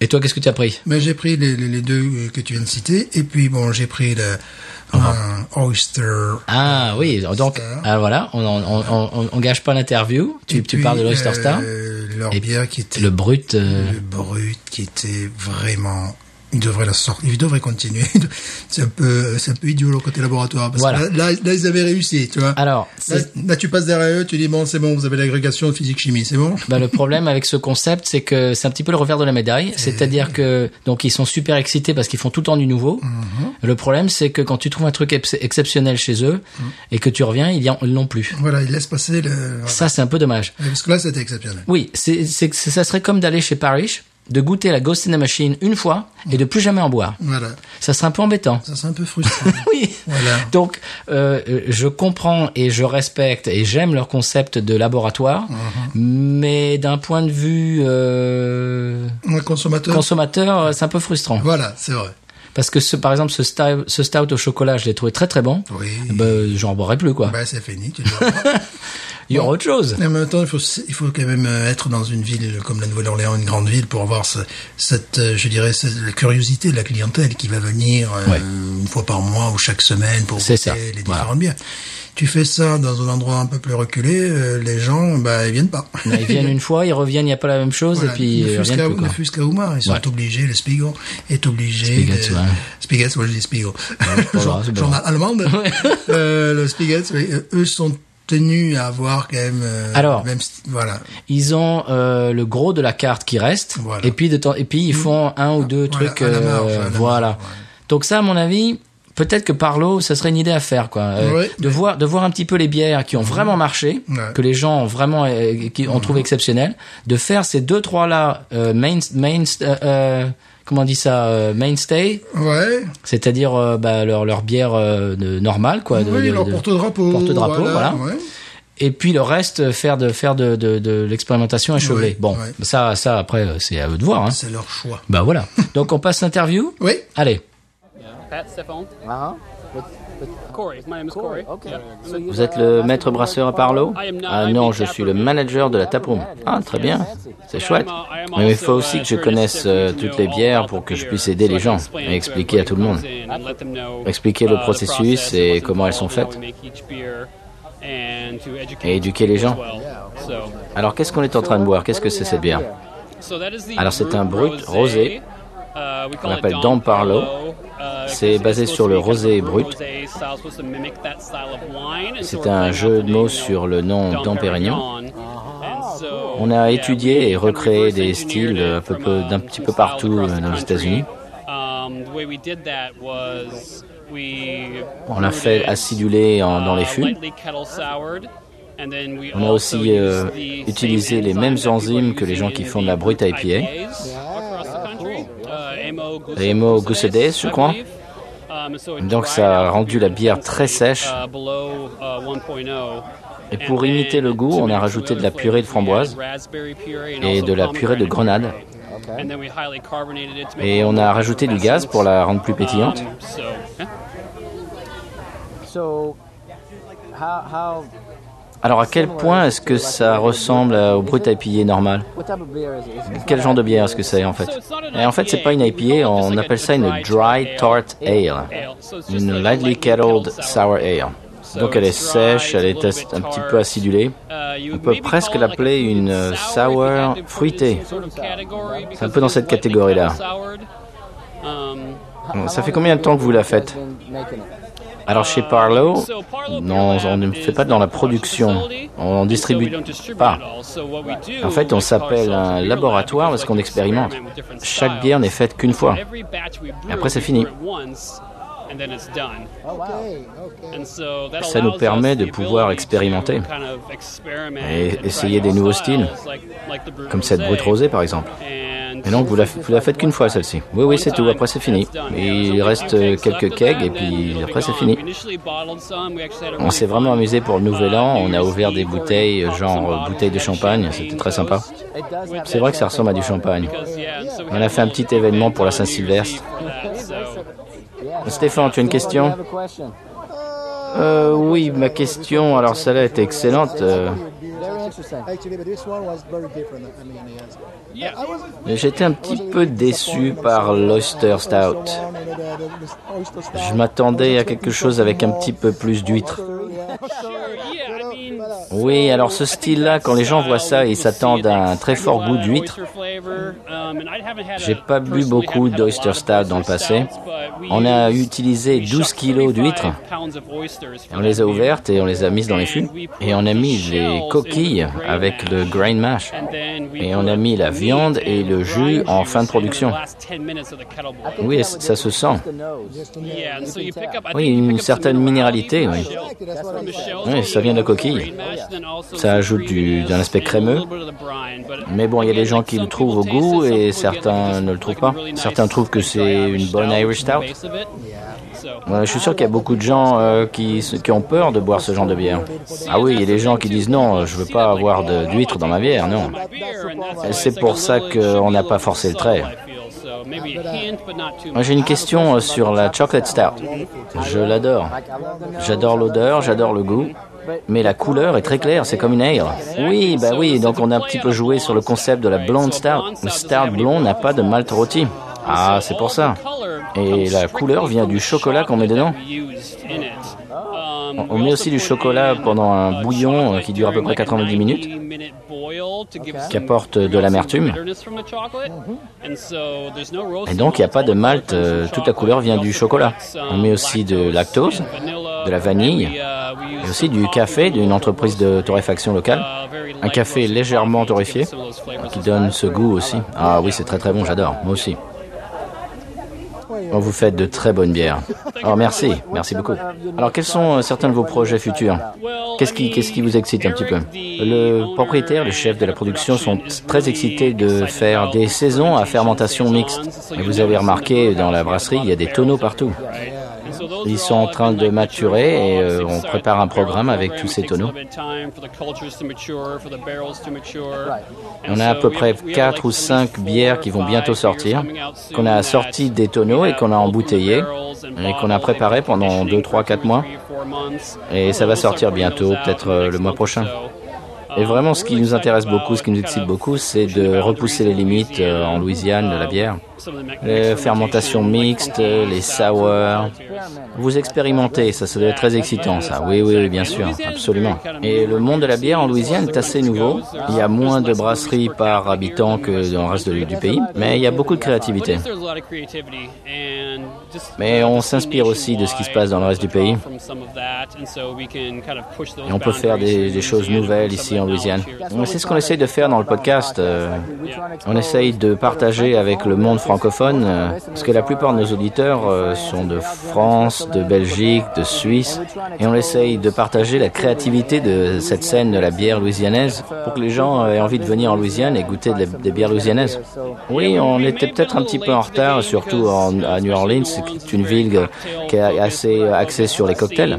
A: Et toi qu'est-ce que tu as pris
B: Mais Ben, j'ai pris les, les- les deux que tu viens de citer et puis bon, j'ai pris le, un oyster.
A: Ah oui, donc
B: Star.
A: ah, voilà, on on, on, on- on gâche pas l'interview. Tu,
B: Et
A: tu
B: puis,
A: parles de l'Oyster
B: euh,
A: Star,
B: Leur
A: Et
B: bière qui était
A: le brut. euh,
B: le brut qui était vraiment il devrait la sortir il devrait continuer c'est un peu c'est un peu idiot le côté laboratoire parce
A: Voilà.
B: que là, là, là, ils avaient réussi tu vois
A: Alors,
B: là,
A: c'est-
B: là, tu passes derrière eux tu dis bon c'est bon vous avez l'agrégation de physique chimie c'est bon
A: bah, le problème avec ce concept, c'est que c'est un petit peu le revers de la médaille. C'est-à-dire que donc ils sont super excités parce qu'ils font tout le temps du nouveau.
B: Mm-hmm.
A: Le problème, c'est que quand tu trouves un truc ex- exceptionnel chez eux
B: Mm.
A: et que tu reviens, ils y en- ils l'ont plus.
B: voilà ils laissent passer le voilà.
A: Ça, c'est un peu dommage.
B: parce que là c'était exceptionnel
A: Oui, c'est, c'est, c'est- ça serait comme d'aller chez Parrish, de goûter la Ghost in the Machine une fois
B: Mm.
A: et de plus jamais en boire.
B: voilà
A: Ça serait un peu embêtant.
B: ça c'est un peu frustrant
A: Oui.
B: voilà
A: Donc, euh, euh, je comprends et je respecte et j'aime leur concept de laboratoire,
B: Mm-hmm.
A: mais d'un point de vue euh,
B: un consommateur
A: consommateur, euh, c'est un peu frustrant.
B: voilà c'est vrai
A: Parce que, ce, par exemple, ce stout, ce stout au chocolat, je l'ai trouvé très très bon.
B: oui
A: Ben, j'en boirais plus, quoi.
B: bah c'est fini tu dois-
A: Il y aura autre chose.
B: En même temps, il faut, il faut quand même euh, être dans une ville comme la Nouvelle-Orléans, une grande ville, pour avoir ce- cette, euh, je dirais, cette- la curiosité de la clientèle qui va venir euh,
A: Ouais.
B: une fois par mois ou chaque semaine pour
A: C'est
B: goûter
A: ça.
B: les
A: Voilà.
B: différentes bières. Tu fais ça dans un endroit un peu plus reculé, euh, les gens, bah, ils viennent pas.
A: Ben, Ils viennent une fois, ils reviennent, il n'y a pas la même chose,
B: Voilà,
A: et puis
B: ne
A: euh,
B: fût-ce
A: rien de
B: qu'à-
A: plus, quoi.
B: ne fût-ce qu'à Houma, ils sont
A: Ouais.
B: obligés, le Spigon est obligé.
A: Spigotz,
B: de-
A: ouais.
B: Spigotz, moi je dis Spigo.
A: pas grave, c'est pas
B: Journal
A: grave.
B: allemand. Euh, le Spigotz, oui, euh, eux sont tenus à avoir quand même. euh,
A: Alors.
B: même sti- voilà.
A: Ils ont euh, le gros de la carte qui reste,
B: Voilà. Mmh. Ah,
A: et puis de temps, et puis ils font un ou deux
B: Voilà,
A: trucs.
B: à la marge,
A: euh,
B: à la
A: voilà.
B: marge, ouais.
A: Donc ça, à mon avis, peut-être que par l'eau, ça serait une idée à faire, quoi. Euh,
B: Ouais,
A: de voir, de voir un petit peu les bières qui ont vraiment marché,
B: Mhm. Ouais. Mhm.
A: que les gens ont vraiment, euh, qui ont trouvé exceptionnelles, de faire ces deux trois là, euh, main, main, euh, euh, comment
D: comment on dit ça, euh, mainstay,
B: Ouais.
D: c'est-à-dire euh, bah, leur, leur bière euh, de- normale, quoi. de-
B: oui,
D: de-
B: leur
D: de-
B: porte-drapeau.
D: porte-drapeau, voilà.
B: ouais.
D: Et puis le reste, euh, faire de, faire de, de, de l'expérimentation achevée.
B: Ouais,
D: bon,
B: ouais.
D: ça, ça après, euh, c'est à eux de voir. Hein.
B: C'est leur choix.
D: Bah voilà. Donc on passe l'interview
B: Oui.
D: Allez.
E: Pat Stephon.
D: Uh-huh.
E: Corey. My name is Corey.
D: Vous êtes le maître brasseur à Parlo
E: Ah non, je suis le
D: manager de la taproom.
A: Ah, très bien. C'est chouette.
E: Mais il faut aussi que je connaisse euh, toutes les bières pour que je puisse aider les gens et expliquer à tout le monde. Expliquer le processus et comment elles sont faites. Et éduquer les gens.
A: Alors, qu'est-ce qu'on est en train de boire Qu'est-ce que c'est cette bière
E: Alors c'est un brut rosé. On l'appelle Don Parlo. C'est basé sur le rosé brut.
A: C'est un jeu de mots sur le nom
E: Don
A: d'Empérignon.
E: Pérignon.
A: On a étudié et recréé des styles euh, un, peu, peu- d'un petit peu partout euh, dans les États-Unis.
E: On
A: On l'a fait aciduler en-
E: Ah,
A: dans les fûts.
E: On a aussi euh, utilisé les mêmes enzymes que les gens qui font de la brute à IPA. Les Uh, Emo Goosede, je crois. Um, Donc ça a rendu la bière très sèche. uh, oh. Et pour imiter le goût, on a rajouté de la purée de framboise et de la purée de grenade. Et on a rajouté du gaz pour la rendre plus pétillante.
A: Alors, à quel point est-ce que ça ressemble euh, au brut à piller normal Quel genre de bière est-ce que c'est en fait Et en fait, c'est pas une IPA, on appelle ça une dry tart ale. Une lightly kettled sour ale. Donc, elle est sèche, elle est as- un petit peu acidulée.
E: On peut presque l'appeler une euh, sour fruitée. C'est un peu dans cette catégorie-là.
A: Um, Bon, Ça fait combien de temps que vous la faites Alors chez Parlow, non, on ne fait pas dans la production, on en distribue pas.
E: En fait, on s'appelle un laboratoire parce qu'on expérimente.
A: Chaque bière n'est faite qu'une fois.
E: Et après, c'est fini.
F: Oh,
E: Ça nous permet de pouvoir expérimenter et essayer des nouveaux styles,
A: Comme cette brute rosée par exemple.
E: Et
A: Mais donc vous la, vous la faites qu'une fois celle-ci. Oui, oui, c'est tout, après c'est fini. Et il reste euh, quelques kegs et puis après c'est fini. On s'est vraiment amusé pour le nouvel an, on a ouvert des bouteilles, euh, genre euh, bouteilles de champagne, c'était très sympa. C'est vrai que ça ressemble à du champagne. On a fait un petit événement pour la Saint-Sylvestre. Stéphane, tu as une question euh, Oui, ma question, alors celle-là était excellente. euh,
F: Very interesting. Actually, but this one was very different. I mean, yes.
A: J'étais un petit peu déçu par l'Oyster Stout. Je m'attendais à quelque chose avec un petit peu plus d'huîtres. Oui, alors ce style-là, quand les gens voient ça, ils s'attendent à un très fort goût d'huître.
E: Um, J'ai pas bu beaucoup d'Oyster Stout dans le passé.
A: On a utilisé 12 kilos d'huîtres. On les a ouvertes et on les a mises dans les fûts. Et on a mis les coquilles avec le grain mash.
E: Et on a mis la viande et le jus en fin de production.
A: Oui, ça se sent.
E: Oui, une certaine minéralité, oui. Oui, ça vient de la coquille. Ça ajoute du, d'un aspect crémeux.
A: Mais bon, il y a des gens qui le trouvent au goût et certains ne le trouvent pas. Certains trouvent que c'est une bonne Irish Stout. Ouais, je suis sûr qu'il y a beaucoup de gens euh, qui, se- qui ont peur de boire ce genre de bière. Ah oui, il y a des gens qui disent non, euh, je veux pas
E: oh,
A: avoir de- d'huîtres dans ma bière, non.
E: Et c'est pour ça qu'on n'a pas forcé le trait.
A: Moi, j'ai une question euh, sur la chocolate stout. Je l'adore. J'adore l'odeur, j'adore le goût. Mais la couleur est très claire, c'est comme une ale. Oui, bah oui, donc on a un petit peu joué sur le concept de la blonde stout. Une stout blonde n'a pas de malt rôti. Ah, c'est pour ça.
E: Et la couleur vient du chocolat qu'on met dedans.
A: On met aussi du chocolat pendant un bouillon euh, qui dure à peu près 90 minutes, qui apporte
E: qui apporte
A: de
E: de
A: l'amertume.
E: l'amertume. Et donc, il n'y a pas de malt. euh, Toute la couleur vient du chocolat. On met aussi de lactose, de la vanille,
A: et aussi du café d'une entreprise de torréfaction locale.
E: Un café légèrement torréfié qui
A: qui donne ce goût aussi. Ah oui, c'est très très bon, j'adore, moi aussi.
F: Well, you
E: Vous faites de très bonnes bières. Oh, merci, merci beaucoup. Alors, quels sont euh, certains de vos projets futurs Qu'est-ce qui, qu'est-ce qui vous excite un petit peu Le propriétaire, le chef de la production sont très excités de faire des saisons à fermentation mixte. Et vous avez remarqué, dans la brasserie, il y a des tonneaux partout. Ils sont en train de maturer et euh, on prépare un programme avec tous ces tonneaux. On a à peu près 4 ou 5 bières qui vont bientôt sortir, qu'on a sorti des tonneaux et qu'on a embouteillées et qu'on a préparé pendant 2, 3, 4 mois. Et ça va sortir bientôt, peut-être euh, le mois prochain. Et vraiment, ce qui nous intéresse beaucoup, ce qui nous excite beaucoup, c'est de repousser les limites euh, en Louisiane de la bière. Les fermentations mixtes, les sours. Vous expérimentez, ça, ça doit être très excitant, ça. Oui, oui, oui, bien sûr, absolument. Et le monde de la bière en Louisiane est assez nouveau. Il y a moins de brasseries par habitant que dans le reste de- du pays, mais il y a beaucoup de créativité.
F: Mais on s'inspire aussi de ce qui se passe dans le reste du pays.
E: Et on peut faire des, des choses nouvelles ici en Louisiane. Donc, C'est ce qu'on essaye de faire dans le podcast. euh, on essaye de partager avec le monde francophone, euh, parce que la plupart de nos auditeurs euh, sont de France, de Belgique, de Suisse, et on essaye de partager la créativité de cette scène de la bière louisianaise pour que les gens euh, aient envie de venir en Louisiane et goûter de la- des bières louisianaises. Oui, on était peut-être un petit peu en retard, surtout en- à New Orleans, qui est une ville euh, qui est assez axée sur les cocktails.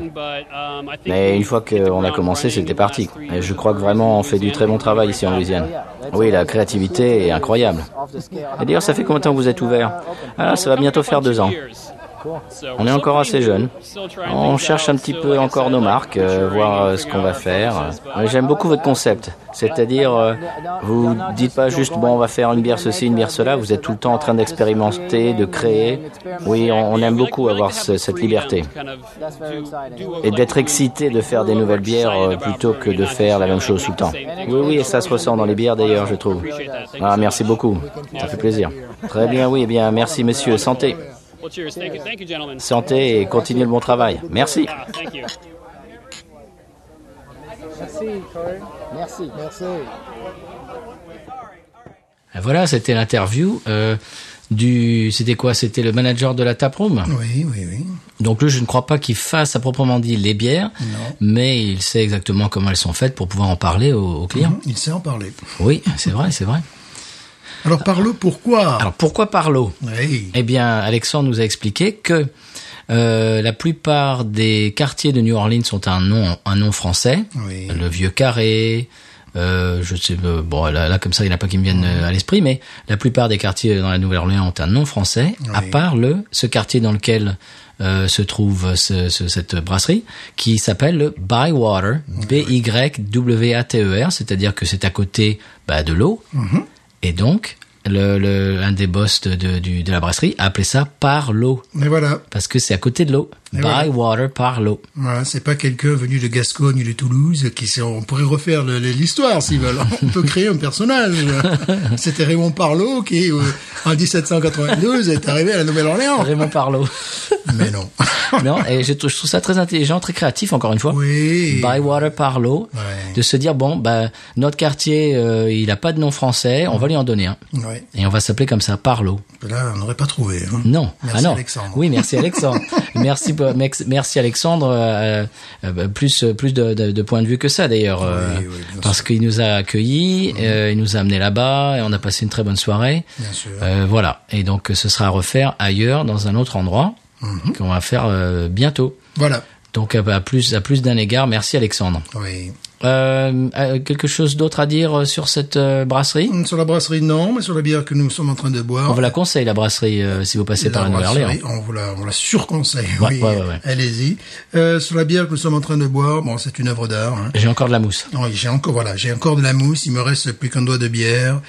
E: Mais une fois qu'on a commencé, c'était parti. Et je crois que vraiment on fait du très bon travail ici en Louisiane. Oui, la créativité est incroyable. Et d'ailleurs, ça fait combien de temps que vous êtes ouvert Ah, ça va bientôt faire deux ans.
F: On est encore assez jeune.
E: On cherche un petit peu encore nos marques, euh, voir euh, ce qu'on va faire. Euh, J'aime beaucoup votre concept. C'est-à-dire, euh, vous dites pas juste, bon, on va faire une bière ceci, une bière cela. Vous êtes tout le temps en train d'expérimenter, de créer. Oui, on, on aime beaucoup avoir ce- cette liberté. Et d'être excité de faire des nouvelles bières euh, plutôt que de faire la même chose tout le temps. Oui, oui, et ça se ressent dans les bières d'ailleurs, je trouve. Ah, merci beaucoup. Ça fait plaisir. Très bien, oui, eh bien, merci messieurs. Santé.
F: Santé et continuez le bon travail. Merci.
E: Ah,
G: Merci. Merci.
A: Ah, Voilà, c'était l'interview euh, du. C'était quoi C'était le manager de la taproom.
B: Oui, oui, oui.
A: Donc lui, je ne crois pas qu'il fasse à proprement dit les bières, mais il sait exactement comment elles sont faites pour pouvoir en parler aux, aux clients.
B: Il sait en parler.
A: Oui, c'est vrai, c'est vrai.
B: Alors par le pourquoi
A: Alors pourquoi par l'eau
B: Oui.
A: Eh bien, Alexandre nous a expliqué que euh, la plupart des quartiers de New Orleans sont un nom, un nom français.
B: Oui.
A: Le Vieux Carré. Euh, je sais euh, bon là, là, comme ça il n'y en a pas qui me viennent euh, à l'esprit mais la plupart des quartiers dans la Nouvelle-Orléans ont un nom français à
B: Oui.
A: part le ce quartier dans lequel euh, se trouve ce- ce- cette brasserie qui s'appelle le Bywater B Y W A T E R c'est-à-dire que c'est à côté bah, de l'eau
B: Mm-hmm.
A: et donc le, le- un des boss de, de- du- de la brasserie a appelé ça par l'eau
B: Mais voilà,
A: parce que c'est à côté de l'eau
B: Et voilà.
A: Bywater par l'eau
B: Voilà, c'est pas quelqu'un venu de Gascogne ou de Toulouse qui s'est- on pourrait refaire le- le- l'histoire s'ils veulent. On peut créer un personnage. C'était Raymond Parlot qui euh, en 1792 est arrivé à la Nouvelle-Orléans.
A: Raymond Parlot
B: Mais non.
A: Non, et je, trou- je trouve ça très intelligent, très créatif, encore une fois.
B: Oui.
A: Bywater par l'eau,
B: Ouais.
A: de se dire bon, bah notre quartier, euh, il a pas de nom français, on va lui en donner un,
B: Ouais.
A: et on va s'appeler comme ça, Parlo.
B: Là, on n'aurait pas trouvé. hein.
A: Non,
B: Merci
A: ah non.
B: Alexandre.
A: Oui, merci Alexandre. merci, euh, mex- merci Alexandre. euh, euh, plus, euh, plus de, de, de points de vue que ça d'ailleurs, euh,
B: Oui, oui, bien Mhm.
A: parce qu'il nous a accueillis, euh, il nous a amenés là-bas, et on a passé une très bonne soirée.
B: Bien sûr.
A: Euh, voilà. Et donc, ce sera à refaire ailleurs, dans un autre endroit,
B: Mhm.
A: qu'on va faire euh, bientôt.
B: Voilà.
A: Donc euh, bah, à, à plus à plus d'un égard, merci Alexandre.
B: Oui.
A: Euh, euh, quelque chose d'autre à dire euh, sur cette euh, brasserie
B: Sur la brasserie, non, mais sur la bière que nous sommes en train de boire.
A: On vous la conseille la brasserie euh, si vous passez par la Nouvelle-Orléans.
B: brasserie, On vous la, on la surconseille.
A: Ouais,
B: oui.
A: ouais, ouais, ouais.
B: Allez-y. Euh, sur la bière que nous sommes en train de boire, bon, c'est une œuvre d'art. hein.
A: J'ai encore de la mousse.
B: Oui, j'ai encore voilà, j'ai encore de la mousse. Il me reste plus qu'un doigt de bière.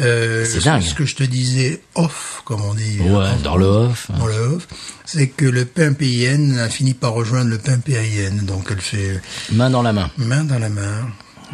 B: Euh,
A: C'est
B: ce-
A: dingue.
B: Ce que je te disais off, comme on dit.
A: Ouais,
B: euh,
A: dans le off.
B: dans le off, c'est que le pain PIN a fini par rejoindre le pain PIN. Donc elle fait
A: Main dans la main.
B: main dans la main.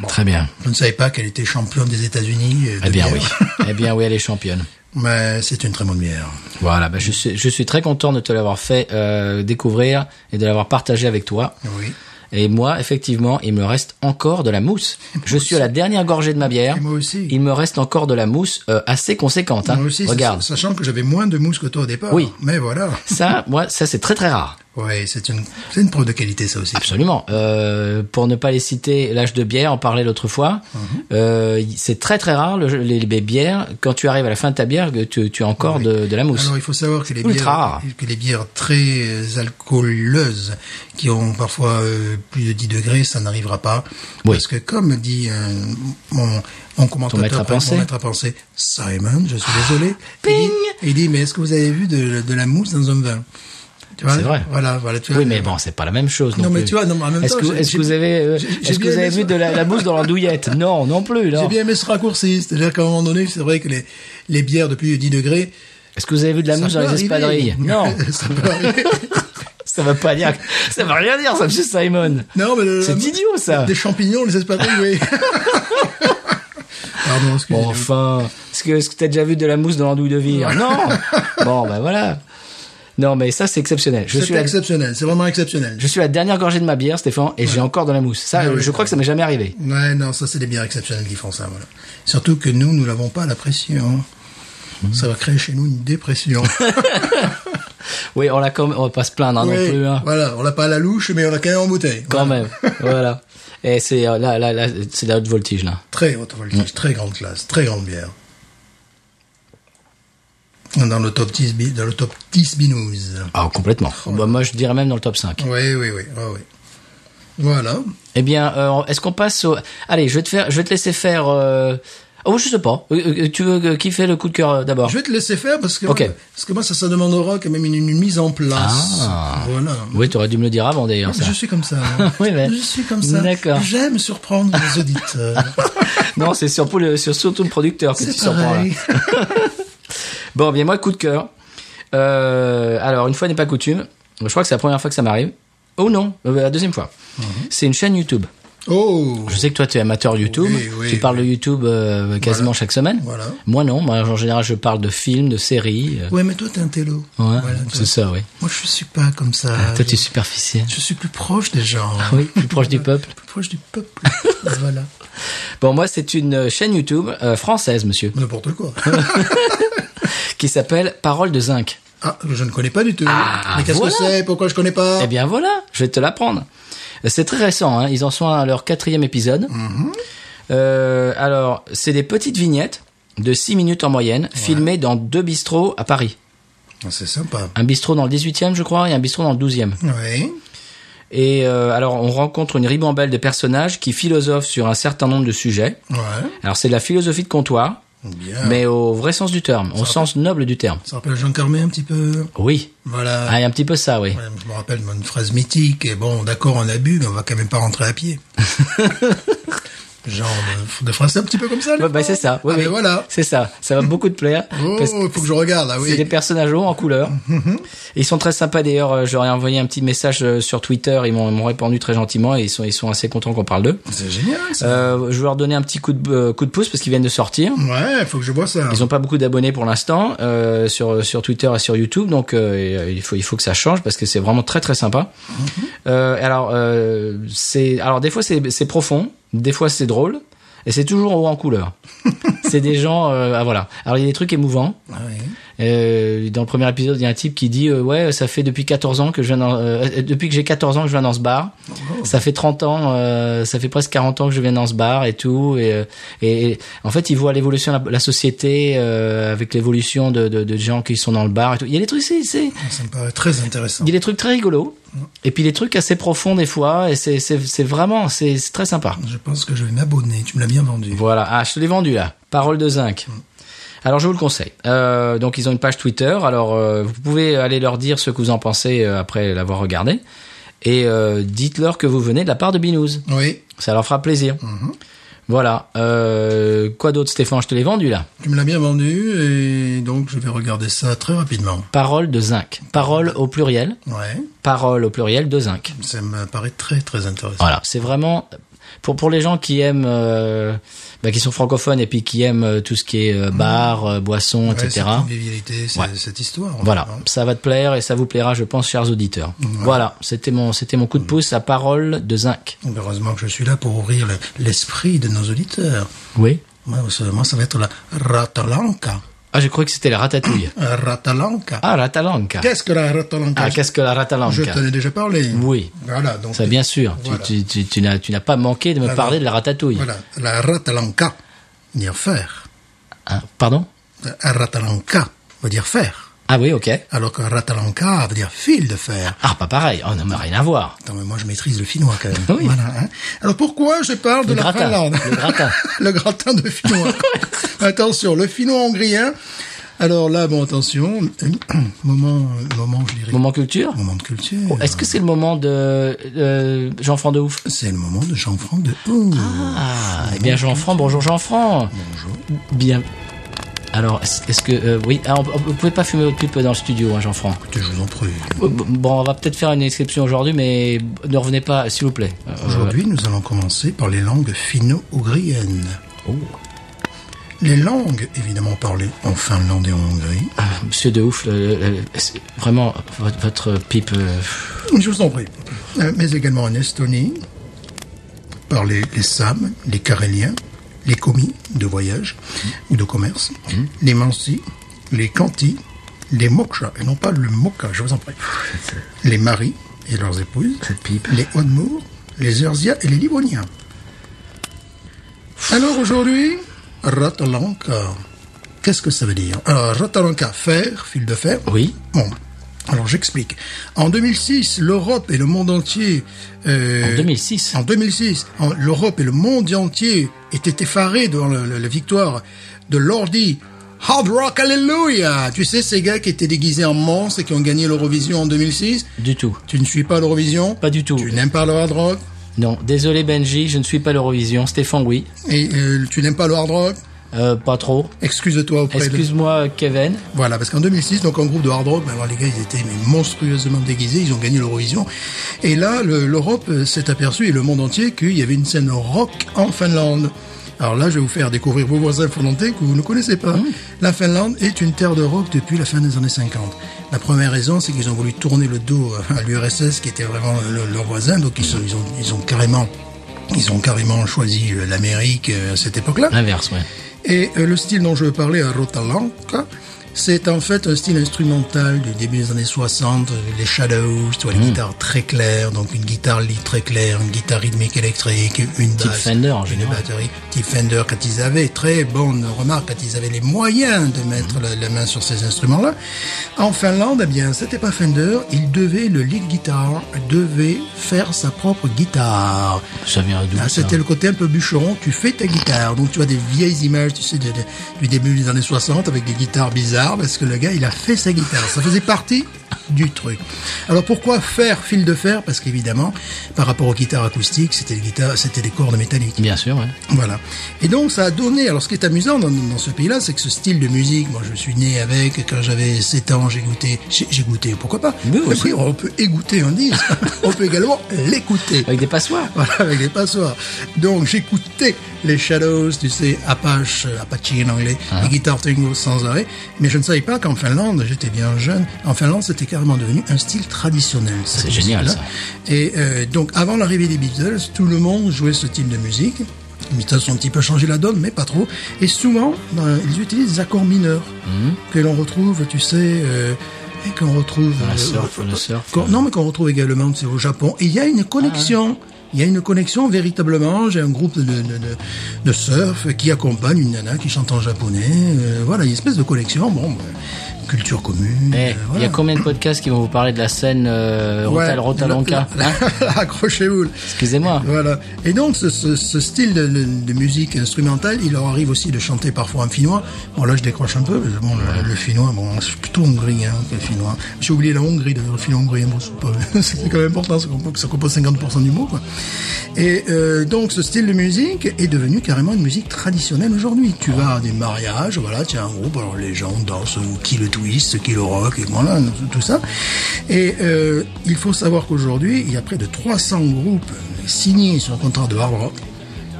A: Très bien.
B: Je ne savais pas qu'elle était championne des États-Unis. euh, de
A: Eh bien oui.
B: bière.
A: eh bien oui, elle est championne.
B: Mais c'est une très bonne bière.
A: Voilà, bah, je, suis, je suis très content de te l'avoir fait euh, découvrir et de l'avoir partagé avec toi.
B: Oui.
A: Et moi, effectivement, il me reste encore de la mousse. Je suis à la dernière gorgée de ma bière.
B: Et moi aussi.
A: Il me reste encore de la mousse euh, assez conséquente. Hein.
B: Moi aussi,
A: Regarde.
B: sa- sachant que j'avais moins de mousse que toi au départ.
A: Oui.
B: Mais voilà.
A: Ça, moi, ça c'est très très rare.
B: Ouais, c'est une, c'est une preuve de qualité, ça aussi.
A: Absolument. Euh, pour ne pas les citer, l'âge de bière, on parlait l'autre fois.
B: Mhm.
A: Euh, c'est très très rare le- les, les bières. Quand tu arrives à la fin de ta bière, que tu, tu as encore
B: Oui.
A: de, de la mousse.
B: Alors il faut savoir que les
A: Ultra
B: bières,
A: rare.
B: que les bières très euh, alcooleuses, qui ont parfois euh, plus de 10 degrés, ça n'arrivera pas.
A: Oui.
B: Parce que comme dit euh, mon, mon commentateur,
A: maître à
B: mon
A: penser. Ah,
B: maître à penser, Simon, je suis désolé. il, dit, il dit, mais est-ce que vous avez vu de, de la mousse dans un vin Tu vois,
A: C'est vrai.
B: Voilà, voilà. Tu vois,
A: Oui, mais bon, c'est pas la même chose.
B: Non, mais
A: plus.
B: tu vois, non, mais en même
A: Est-ce
B: temps,
A: que,
B: j'ai-
A: est-ce que
B: j'ai-
A: vous avez, euh,
B: j'ai- j'ai
A: est-ce que
B: bien
A: vous avez
B: aimé
A: vu
B: ça.
A: de la, la mousse dans l'andouillette Non, non plus.
B: J'ai
A: non.
B: bien aimé ce raccourci, c'est-à-dire qu'à un moment donné, c'est vrai que les, les bières de plus de 10 degrés,
A: Est-ce que vous avez vu de la
B: ça
A: mousse
B: peut
A: dans les
B: arriver.
A: espadrilles Non,
B: ça peut arriver.
A: ça va pas dire. Ça va rien dire, ça, Monsieur Simon.
B: Non, mais le-
A: C'est
B: la-
A: idiot, ça.
B: Des champignons, les espadrilles, oui. Pardon, excusez-moi.
A: Bon, enfin, est-ce que, est-ce que t'as déjà vu de la mousse dans l'andouille de vire Non Bon, ben voilà. Non, mais ça, c'est exceptionnel. Je suis,
B: c'est
A: la,
B: exceptionnel, c'est vraiment exceptionnel.
A: je suis la dernière gorgée de ma bière, Stéphane, et j'ai encore de la mousse. Ça,
B: Ouais, Ah ouais,
A: je crois que ça m'est jamais arrivé.
B: Ouais, non, ça c'est des bières exceptionnelles qui font ça, voilà. Surtout que nous, nous l'avons pas la pression. hein.
A: Mhm.
B: Ça va créer chez nous une dépression.
A: Oui, on l'a quand même- on va pas se plaindre hein,
B: Ouais,
A: non plus. hein.
B: Voilà, on l'a pas à la louche, mais on l'a quand même en bouteille.
A: Quand
B: Voilà.
A: même. voilà. Et c'est euh, là, là, là, c'est la haute voltige, là.
B: Très haute
A: Mm.
B: voltage, très grande classe, très grande bière. Dans le top 10, bi- dans le top 10 binous.
A: Ah, complètement. Bah, moi, je dirais même dans le top 5.
B: Oui, oui, oui, oui, oui. Voilà.
A: Eh bien, euh, est-ce qu'on passe au... Allez, je vais te faire, je vais te laisser faire... euh, Oh, je sais pas. Euh, euh, Tu veux euh, qui fait le coup de cœur euh, d'abord
B: Je vais te laisser faire parce que,
A: Ok.
B: parce que moi, ça, ça demandera quand même une, une mise en place.
A: Ah.
B: Voilà.
A: Oui, t'aurais dû me le dire avant, d'ailleurs, ça.
B: Je suis comme ça. hein.
A: Oui, mais-
B: Je suis comme ça.
A: D'accord.
B: J'aime surprendre les auditeurs.
A: Non, c'est surtout le, sur- surtout le producteur que tu
B: C'est
A: surprends hein. là.
B: pareil.
A: Bon, bien moi, coup de cœur. Euh, alors, une fois n'est pas coutume. Je crois que c'est la première fois que ça m'arrive. Oh non, euh, la deuxième fois.
B: Mhm.
A: C'est une chaîne YouTube.
B: Oh.
A: Je sais que toi, tu es amateur YouTube.
B: Oui, oui,
A: tu parles de YouTube euh, quasiment
B: Voilà.
A: chaque semaine.
B: Voilà.
A: Moi, non. Moi, en général, je parle de films, de séries. euh,
B: Ouais, mais toi, t'es un télo.
A: ouais,
B: Voilà, toi. Ah,
A: c'est ça, oui.
B: Moi, je suis pas comme ça.
A: toi, tu es
B: je,
A: superficiel.
B: je suis plus proche des gens.
A: Oui, plus proche du peuple.
B: Plus proche du peuple. voilà.
A: Bon, moi, c'est une euh, chaîne YouTube euh, française, monsieur,
B: N'importe quoi.
A: qui s'appelle Parole de Zinc.
B: Ah, je ne connais pas du tout.
A: Ah,
B: mais qu'est-ce
A: voilà.
B: que c'est Pourquoi je connais pas
A: Eh bien voilà, je vais te l'apprendre. C'est très récent, hein, ils en sont à leur quatrième épisode.
B: Mm-hmm.
A: Euh, alors, c'est des petites vignettes de 6 minutes en moyenne, filmées dans deux bistrots à Paris.
B: Ah, C'est sympa.
A: Un bistrot dans le 18e, je crois, et un bistrot dans le 12e.
B: Oui.
A: Et euh, alors, on rencontre une ribambelle de personnages qui philosophent sur un certain nombre de sujets.
B: Ouais.
A: Alors, c'est de la philosophie de comptoir,
B: Bien.
A: mais au vrai sens du terme, au sens noble du terme.
B: Ça rappelle Jean Carmé un petit peu.
A: Oui,
B: Voilà.
A: ah, il y a un petit peu ça, oui.
B: Ouais, je me rappelle moi, une phrase mythique, et bon, d'accord, on a bu, mais on va quand même pas rentrer à pied. Genre euh, de, de phrase un petit peu comme ça. là.
A: Ouais, bah, c'est ça, oui,
B: Ah,
A: oui.
B: mais voilà.
A: C'est ça, ça va beaucoup te plaire.
B: Oh,
A: parce
B: il faut que je regarde, là,
A: C'est des
B: oui.
A: personnages hauts en couleur. Ils sont très sympas d'ailleurs. euh, J'aurais envoyé un petit message euh, sur Twitter. Ils m'ont ils m'ont répondu très gentiment et ils sont, ils sont assez contents qu'on parle d'eux.
B: C'est génial, ça.
A: Euh, je vais leur donner un petit coup de, euh, coup de pouce parce qu'ils viennent de sortir.
B: Ouais, faut que je vois ça.
A: Ils ont pas beaucoup d'abonnés pour l'instant euh, sur, sur Twitter et sur YouTube. Donc euh, et, euh, il, faut, il faut que ça change parce que c'est vraiment très très sympa. Euh, alors, euh, c'est- alors des fois c'est c'est profond, des fois c'est drôle et c'est toujours haut en couleur. c'est des gens... euh, ah, voilà. Alors il y a des trucs émouvants.
B: Ouais.
A: Euh, dans le premier épisode, il y a un type qui dit euh, ouais, ça fait depuis 14 ans que je viens dans, euh, euh, depuis que j'ai 14 ans que je viens dans ce bar. Ça fait 30 ans, euh, ça fait presque 40 ans que je viens dans ce bar et tout. Et, euh, et, et en fait, il voit l'évolution de la, la société euh, avec l'évolution de, de, de gens qui sont dans le bar et tout. Il y a des trucs, c'est, c'est-
B: Ah, Ça me paraît très intéressant.
A: il y a des trucs très rigolos. Et puis des trucs assez profonds des fois. Et c'est, c'est, c'est vraiment, c'est, c'est très sympa.
B: Je pense que je vais m'abonner. Tu me l'as bien vendu.
A: Voilà, ah, je te l'ai vendu là. Parole de zinc. Alors je vous le conseille. Euh, donc ils ont une page Twitter. Alors euh, vous pouvez aller leur dire ce que vous en pensez euh, après l'avoir regardé et euh, dites-leur que vous venez de la part de Binous.
B: Oui.
A: Ça leur fera plaisir.
B: Mm-hmm.
A: Voilà. Euh, quoi d'autre, Stéphane Je te l'ai vendu là.
B: Tu me l'as bien vendu, et donc je vais regarder ça très rapidement.
A: Parole de zinc. Parole au pluriel.
B: Ouais.
A: Parole au pluriel de zinc.
B: Ça me paraît très, très intéressant.
A: Voilà. C'est vraiment pour pour les gens qui aiment, euh, bah, qui sont francophones et puis qui aiment euh, tout ce qui est euh, bar, euh, boisson,
B: Ouais,
A: etc.
B: cette convivialité, c'est-
A: Ouais.
B: cette histoire.
A: Voilà,
B: hein.
A: ça va te plaire et ça vous plaira, je pense, chers auditeurs. Voilà, c'était mon c'était mon coup de pouce, la parole de Zinc.
B: Heureusement que je suis là pour ouvrir le- l'esprit de nos auditeurs.
A: Oui.
B: Moi, ça- moi, ça va être la ratalanka.
A: Ah, je croyais que c'était la ratatouille.
B: La Ratalanka.
A: Ah, Ratalanca.
B: Qu'est-ce que la ratalanka
A: Ah, qu'est-ce que la Ratalanca
B: Je t'en ai déjà parlé.
A: Oui.
B: Voilà, donc.
A: Ça, bien sûr. Tu-
B: Voilà.
A: Tu, tu- tu n'as, tu n'as pas manqué de me
B: Alors,
A: parler de la ratatouille.
B: Voilà, la ratalanka veut dire faire.
A: Hein, pardon
B: La ratalanka veut dire faire.
A: Ah oui, ok.
B: Alors que ratalanka veut dire fil de fer.
A: Ah, pas pareil. Oh, non, mais rien à voir.
B: Attends, mais moi je maîtrise le finnois quand même.
A: Oui.
B: Voilà, hein. Alors pourquoi je parle de
A: Le
B: la
A: gratin,
B: Finlande
A: le gratin.
B: Le gratin de finnois. attention, le finnois hongrien. Alors là, bon, attention, moment, euh, moment, je dirais, moment,
A: Moment culture
B: de culture.
A: Oh, Est-ce que c'est le moment de euh, Jean-Franc de Ouf
B: c'est le moment de Jean-Franck de Houx
A: Ah, eh bien Jean-Franc, bonjour Jean-Franc. Bonjour. Bien. Alors, est-ce est-ce que... euh, oui, ah, on, on- vous pouvez pas fumer votre pipe dans le studio, hein, Jean-Franc.
B: Écoutez, je vous en prie.
A: Euh, Bon, on va peut-être faire une exception aujourd'hui, mais ne revenez pas, s'il vous plaît. Euh,
B: Aujourd'hui, nous allons commencer par les langues finno-ougriennes.
A: Oh.
B: Les langues évidemment parlées en Finlande et en Hongrie.
A: ah, monsieur de Ouf, le- le- le- c'est- vraiment, votre, votre pipe... euh,
B: Je vous en prie. Euh, mais également en Estonie, par les, les Sames, les Caréliens, les commis de voyage ou de commerce, les Mansi, les Kanti, les Moksha, et non pas le Moka, je vous en prie. Les maris et leurs épouses,
A: pipe.
B: les Odmour, les Erzia et les Livoniens. Alors aujourd'hui, Ratalanka. Qu'est-ce que ça veut dire Alors, Ratalanka, fer, fil de fer.
A: Oui.
B: Bon, alors j'explique. En 2006, l'Europe et le monde entier... euh,
A: En 2006.
B: En 2006, en- l'Europe et le monde entier étaient effarés devant le- le- la victoire de Lordi. Hard Rock Hallelujah Tu sais, ces gars qui étaient déguisés en monstres et qui ont gagné l'Eurovision en 2006
A: Du tout.
B: Tu ne suis pas l'Eurovision
A: Pas du tout.
B: Tu n'aimes pas le hard rock
A: Non, désolé Benji, je ne suis pas l'Eurovision. Stéphane, oui.
B: Et euh, tu n'aimes pas le hard rock
A: Euh, pas trop.
B: Excuse-toi auprès de...
A: Excuse-moi Kevin.
B: Voilà, parce qu'en 2006, donc en groupe de hard rock, ben, alors, les gars, ils étaient mais, monstrueusement déguisés, ils ont gagné l'Eurovision. Et là, le- l'Europe euh, s'est aperçue, et le monde entier, qu'il y avait une scène rock en Finlande. Alors là, je vais vous faire découvrir vos voisins finlandais que vous ne connaissez pas. La Finlande est une terre de rock depuis la fin des années 50. La première raison, c'est qu'ils ont voulu tourner le dos euh, à l'URSS, qui était vraiment le- leur voisin, donc ils, sont- ils ont, ils ont carrément... Ils ont carrément choisi euh, l'Amérique euh, à cette époque-là.
A: L'inverse, ouais.
B: Et euh, le style dont je veux parler à Rotalanka, c'est en fait un style instrumental du début des années 60, euh, les shadows, tu vois, les guitares très claires, donc une guitare lead très claire, une guitare rythmique électrique, une
A: Type
B: basse,
A: Fender, en
B: une
A: général.
B: batterie, type Fender quand ils avaient, très bonne remarque, quand ils avaient les moyens de mettre la, la main sur ces instruments-là. En Finlande, eh bien, c'était pas Fender, il devait, le lead guitar devait faire sa propre guitare.
A: Ça vient d'où
B: Ah,
A: ça
B: C'était le côté un peu bûcheron, tu fais ta guitare. Donc tu as des vieilles images, tu sais, de- de- du début des années 60 avec des guitares bizarres, parce que le gars, il a fait sa guitare. Ça faisait partie du truc. Alors pourquoi faire fil de fer Parce qu'évidemment, par rapport aux guitares acoustiques, c'était des guitares, c'était des cordes métalliques.
A: Bien sûr, ouais.
B: Voilà. Et donc ça a donné. Alors ce qui est amusant dans, dans ce pays-là, c'est que ce style de musique, moi je suis né avec. Quand j'avais 7 ans, j'ai goûté. J'ai j'ai goûté. Pourquoi pas
A: Mais oui,
B: Après, on peut écouter un disque. on peut également l'écouter.
A: Avec des passoires.
B: Voilà, avec les passoires. Donc j'écoutais les Shadows, tu sais, Apache, euh, Apache en anglais,
A: Ah.
B: les guitares tango sans arrêt, mais je ne savais pas qu'en Finlande, j'étais bien jeune, en Finlande c'était carrément devenu un style traditionnel. cette
A: C'est génial,
B: musique-là. Et euh, donc avant l'arrivée des Beatles, tout le monde jouait ce type de musique. Les Beatles ont un petit peu changé la donne, mais pas trop. Et souvent, euh, ils utilisent des accords mineurs
A: Mmh.
B: que l'on retrouve, tu sais, euh, et qu'on retrouve...
A: Le
B: euh,
A: surf, le surf.
B: qu'on- non, mais qu'on retrouve également tu sais, au Japon. Et il y a une connexion.
A: Ah
B: Il y a une connexion véritablement. J'ai un groupe de, de, de, de surf qui accompagne une nana qui chante en japonais. Euh, voilà, il y a une espèce de connexion. Bon, bah, culture commune.
A: Eh, il
B: euh,
A: y
B: voilà.
A: a combien de podcasts qui vont vous parler de la scène euh, Rotal
B: Ouais,
A: Rotalanka
B: le-
A: hein
B: le- Accrochez-vous.
A: Excusez-moi.
B: Voilà. Et donc, ce, ce- ce style de, de- de musique instrumentale, il leur arrive aussi de chanter parfois en finnois. Bon, là, je décroche un peu. parce que, bon, le, le finnois, bon, c'est plutôt hongrien que finnois. J'ai oublié la Hongrie, d'ailleurs, le finno-hongrien. Bon, c'est pas- c'est quand même important, ça compose, ça compose 50% du mot, quoi. Et euh, donc, ce style de musique est devenu carrément une musique traditionnelle aujourd'hui. Tu vas à des mariages, voilà, tu as un groupe, alors les gens dansent, ou qui le twist, qui le rock, et voilà, tout ça. Et euh, il faut savoir qu'aujourd'hui, il y a près de 300 groupes signé son contrat de hard rock.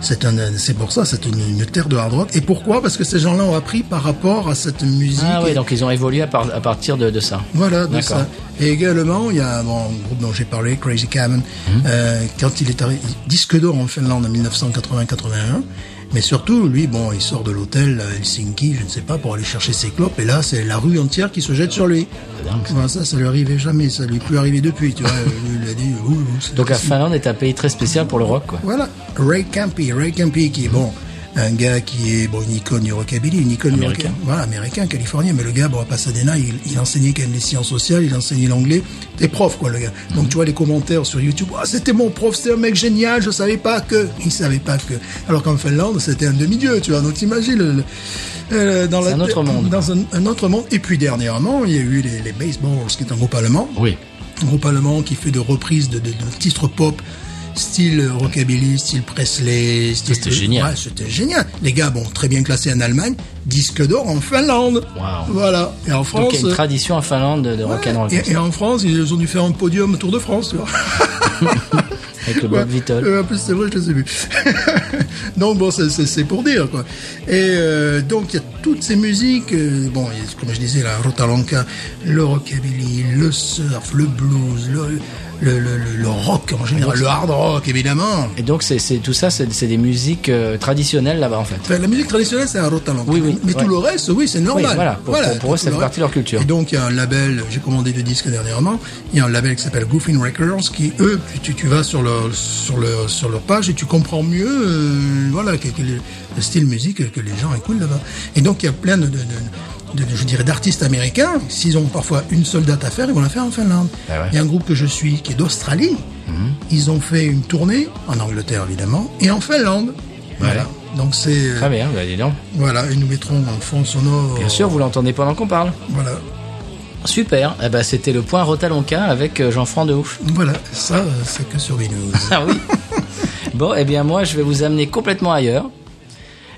B: C'est un, c'est pour ça, c'est une, une terre de hard rock. Et pourquoi Parce que ces gens-là ont appris par rapport à cette musique.
A: Ah oui,
B: et-
A: donc ils ont évolué à, par- à partir de, de ça.
B: Voilà, de
A: D'accord.
B: ça. Et également, il y a bon, un groupe dont j'ai parlé, Crazy Cameron,
A: Mhm.
B: euh, quand il est arrivé, disque d'or en Finlande en 1980-81. Mais surtout, lui, bon, il sort de l'hôtel à Helsinki, je ne sais pas, pour aller chercher ses clopes, et là, c'est la rue entière qui se jette sur lui. Voilà, ça, ça lui arrivait jamais, ça lui est plus arrivé depuis, tu vois. Lui, il a dit, ouh, ouh, c'est
A: Donc la
B: possible.
A: Finlande est un pays très spécial pour le rock, quoi.
B: Voilà, Ray Campy, Ray Campy qui est bon, un gars qui est bon, une icône du rockabilly, une icône du
A: Américain.
B: rockabilly, voilà, américain, californien, mais le gars, bon, à Pasadena, il, il enseignait quand même les sciences sociales, il enseignait l'anglais, t'es prof, quoi, le gars. Donc tu vois les commentaires sur YouTube, ah, c'était mon prof, c'était un mec génial, je savais pas que, il savait pas que. Alors qu'en Finlande, c'était un demi-dieu, tu vois, donc t'imagines, le- le- euh, dans
A: C'est
B: la-
A: un autre monde.
B: Dans un, un autre monde. Et puis dernièrement, il y a eu les, les Baseballs, qui est un groupe allemand
A: Oui.
B: un groupe allemand qui fait de reprises de, de- de titres pop style euh, rockabilly, style Presley. Style
A: C'était génial.
B: Ouais, c'était génial. Les gars, bon, très bien classés en Allemagne, disque d'or en Finlande.
A: Waouh.
B: Voilà. Et en France.
A: Donc il y a une
B: euh,
A: tradition en Finlande de
B: ouais,
A: rock'n'roll comme
B: et, et en France, ils ont dû faire un podium Tour de France, tu vois.
A: ça, avec le Bob Vittel.
B: Euh, en plus, c'est vrai, je les ai vus. donc, bon, c'est- c'est c'est pour dire, quoi. Et euh, donc, il y a toutes ces musiques. euh, bon, il y a, comme je disais, la Rotalanka, le rockabilly, le surf, le blues, le, le, le, le- le rock en général, le hard rock, évidemment.
A: Et donc c'est c'est- tout ça, c'est c'est des musiques euh, traditionnelles là-bas en fait.
B: Enfin, la musique traditionnelle, c'est un Rotalanka.
A: Oui, oui,
B: Mais
A: ouais.
B: tout le reste, oui, c'est normal.
A: Oui, voilà, pour- pour- pour eux,
B: tout
A: ça fait
B: le reste.
A: partie de leur culture.
B: Et donc, il y a un label, j'ai commandé deux disques dernièrement, il y a un label qui s'appelle Goofin Records, qui, eux, tu, tu, tu vas sur leur, sur, leur, sur leur page et tu comprends mieux euh, voilà, quel, quel est le style musique que les gens écoutent là-bas. Et donc, il y a plein de, de, de- de- je dirais, d'artistes américains, s'ils ont parfois une seule date à faire, ils vont la faire en Finlande. Il
A: Ah ouais. Mhm.
B: y a un groupe que je suis qui est d'Australie. Ils ont fait une tournée, en Angleterre évidemment, et en Finlande. Voilà. Donc c'est... euh,
A: Très bien, bah dis donc.
B: voilà, et nous mettrons en fond sonore.
A: Bien sûr, vous l'entendez pendant qu'on parle.
B: Voilà,
A: Super, eh ben, c'était le point Rotalonca avec euh, Jean-Franc de Ouf.
B: voilà, ça, euh, c'est que sur News.
A: Ah oui Bon, eh bien moi je vais vous amener complètement ailleurs.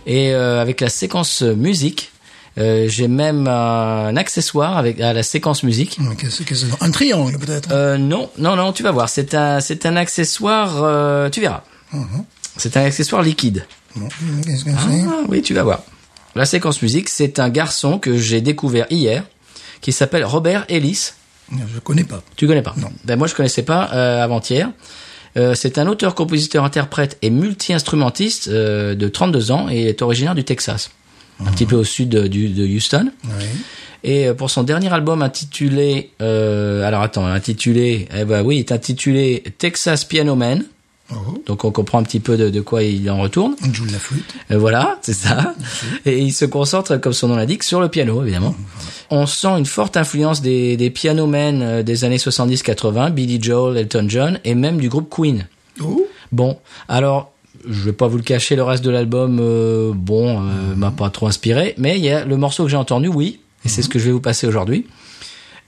A: Et euh, avec la séquence euh, musique, euh, j'ai même euh, un accessoire avec, à la séquence musique.
B: Qu'est-ce que c'est Un triangle, peut-être
A: Euh, non, non, non, tu vas voir. C'est un, c'est un accessoire. euh, tu verras. C'est un accessoire liquide.
B: Non, Qu'est-ce que c'est
A: Ah, oui, tu vas voir. La séquence musique, c'est un garçon que j'ai découvert hier, qui s'appelle Robert Ellis.
B: Je connais pas.
A: Tu connais pas
B: Non.
A: Ben moi je connaissais pas euh, avant-hier. Euh, c'est un auteur, compositeur, interprète et multi-instrumentiste euh, de 32 ans et est originaire du Texas, un petit peu au sud de, du- de Houston.
B: Oui.
A: Et euh, pour son dernier album intitulé, euh, alors attends, intitulé, eh ben oui, il est intitulé Texas Piano Man.
B: Oh,
A: Donc on comprend un petit peu de, de quoi il en retourne.
B: on joue de la flûte.
A: Euh, Voilà, c'est ça. Et il se concentre, comme son nom l'indique, sur le piano, évidemment. On sent une forte influence des, des pianomen euh, des années 70-80, Billy Joel, Elton John, et même du groupe Queen.
B: Oh,
A: Bon, alors, je vais pas vous le cacher, le reste de l'album, euh, bon,
B: Mhm.
A: euh, m'a pas trop inspiré, mais il y a le morceau que j'ai entendu, oui, et
B: Mhm.
A: c'est ce que je vais vous passer aujourd'hui.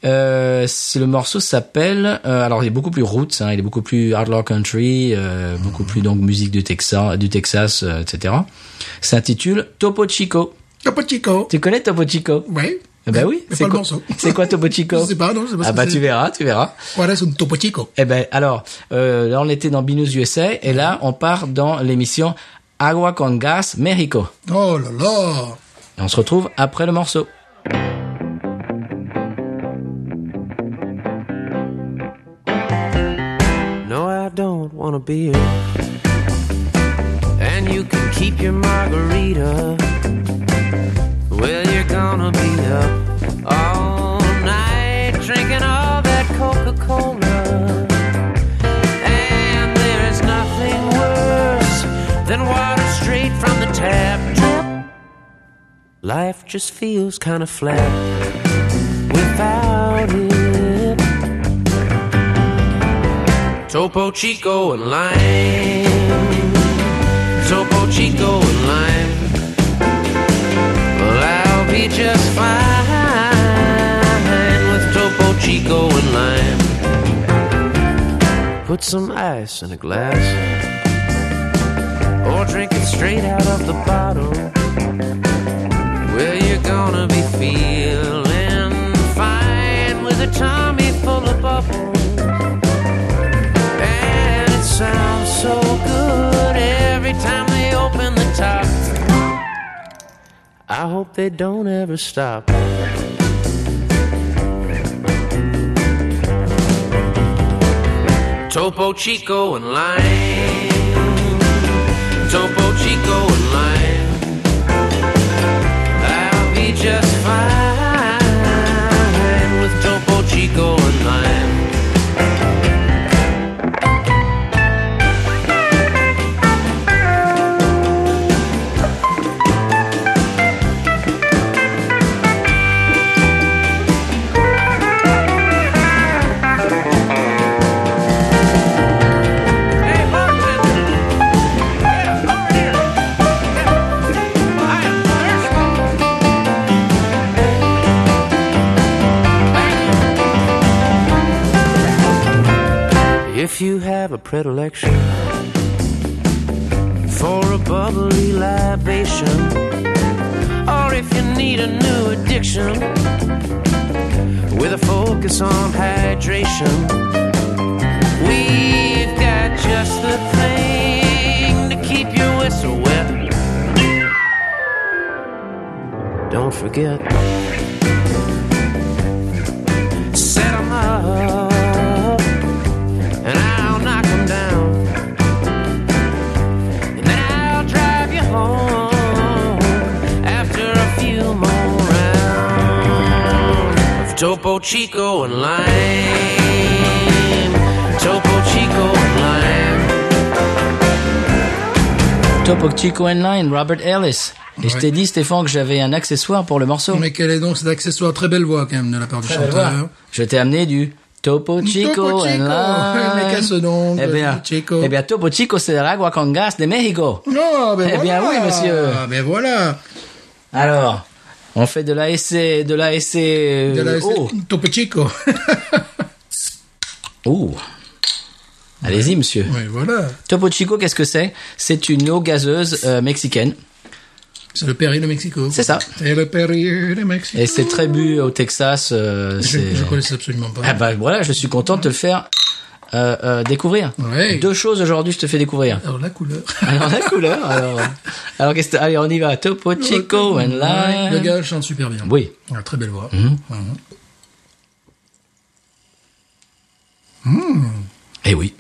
A: Euh, c'est- le morceau s'appelle, euh, alors il est beaucoup plus roots, hein, il est beaucoup plus hard rock country, euh,
B: Mhm.
A: beaucoup plus donc musique du Texas, du Texas, euh, etc. S'intitule Topo Chico.
B: Topo Chico.
A: Tu connais Topo Chico
B: Oui.
A: Eh Ben oui.
B: Mais pas le
A: quoi-
B: morceau.
A: C'est quoi Topo Chico
B: Je sais pas, non, je sais pas ce
A: Ah
B: que
A: bah
B: c'est.
A: tu verras, tu verras.
B: Quoi est un Topo Chico
A: Eh ben, alors, euh, là, on était dans Binous USA, et là, on part dans l'émission Agua con Gas Mexico.
B: Oh là là
A: Et on se retrouve après le morceau.
H: No, I don't want a beer. And you can keep your margarita. Well, you're gonna be up all night drinking all that Coca Cola. And there is nothing worse than water straight from the tap. Drip. Life just feels kinda flat without it. Topo Chico and lime. Topo Chico and lime. Well, I'll be just fine with Topo Chico and lime. Put some ice in a glass. Or drink it straight out of the bottle. Well, you're gonna be feeling fine with a tummy full of bubbles. And it sounds so I hope they don't ever stop. Topo Chico and Lime. Topo Chico and Lime. I'll be just fine with Topo Chico and Lime. If you have a predilection for a bubbly libation, or if you need a new addiction with a focus on hydration, we've got just the thing to keep your whistle wet. Don't forget. Set 'em up and I'll knock 'em down. And then I'll drive you home after a few more rounds of Topo Chico and Lime. Topo Chico and Lime.
A: Top of Chico and Line, Robert Ellis. Et je
B: Ouais.
A: t'ai dit, Stéphane, que j'avais un accessoire pour le morceau.
B: Mais quelle est donc cet accessoire Très belle voix quand même de la part du chanteur.
A: Je t'ai amené du Topo Chico,
B: Topo Chico.
A: and Line.
B: Mais qu'est-ce donc,
A: Eh bien,
B: Topo Chico
A: eh bien, Topo Chico, c'est de l'agua con gas de Mexico.
B: Non, ben
A: Eh
B: voilà.
A: bien, oui, monsieur.
B: Ah, ben voilà.
A: Alors, on fait de l'ASC, de l'ASC,
B: De la-
A: oh.
B: Topo Chico.
A: Oh. Allez-y, monsieur.
B: oui, voilà.
A: Topo Chico, qu'est-ce que c'est? C'est une eau gazeuse euh, mexicaine.
B: C'est le Perrier de Mexico.
A: C'est ça.
B: C'est le Perrier de Mexico.
A: Et c'est très bu au Texas. euh, c'est-
B: Je, je connaissais absolument pas.
A: Ah bah voilà, je suis content de te le faire euh, euh, découvrir.
B: Ouais.
A: Deux choses aujourd'hui, je te fais découvrir.
B: Alors la couleur.
A: Alors la couleur, alors, alors qu'est-ce que allez on y va. Topo Chico and Lime.
B: Le gars chante super bien.
A: Oui.
B: Il a très belle voix. Mhm.
A: Eh oui.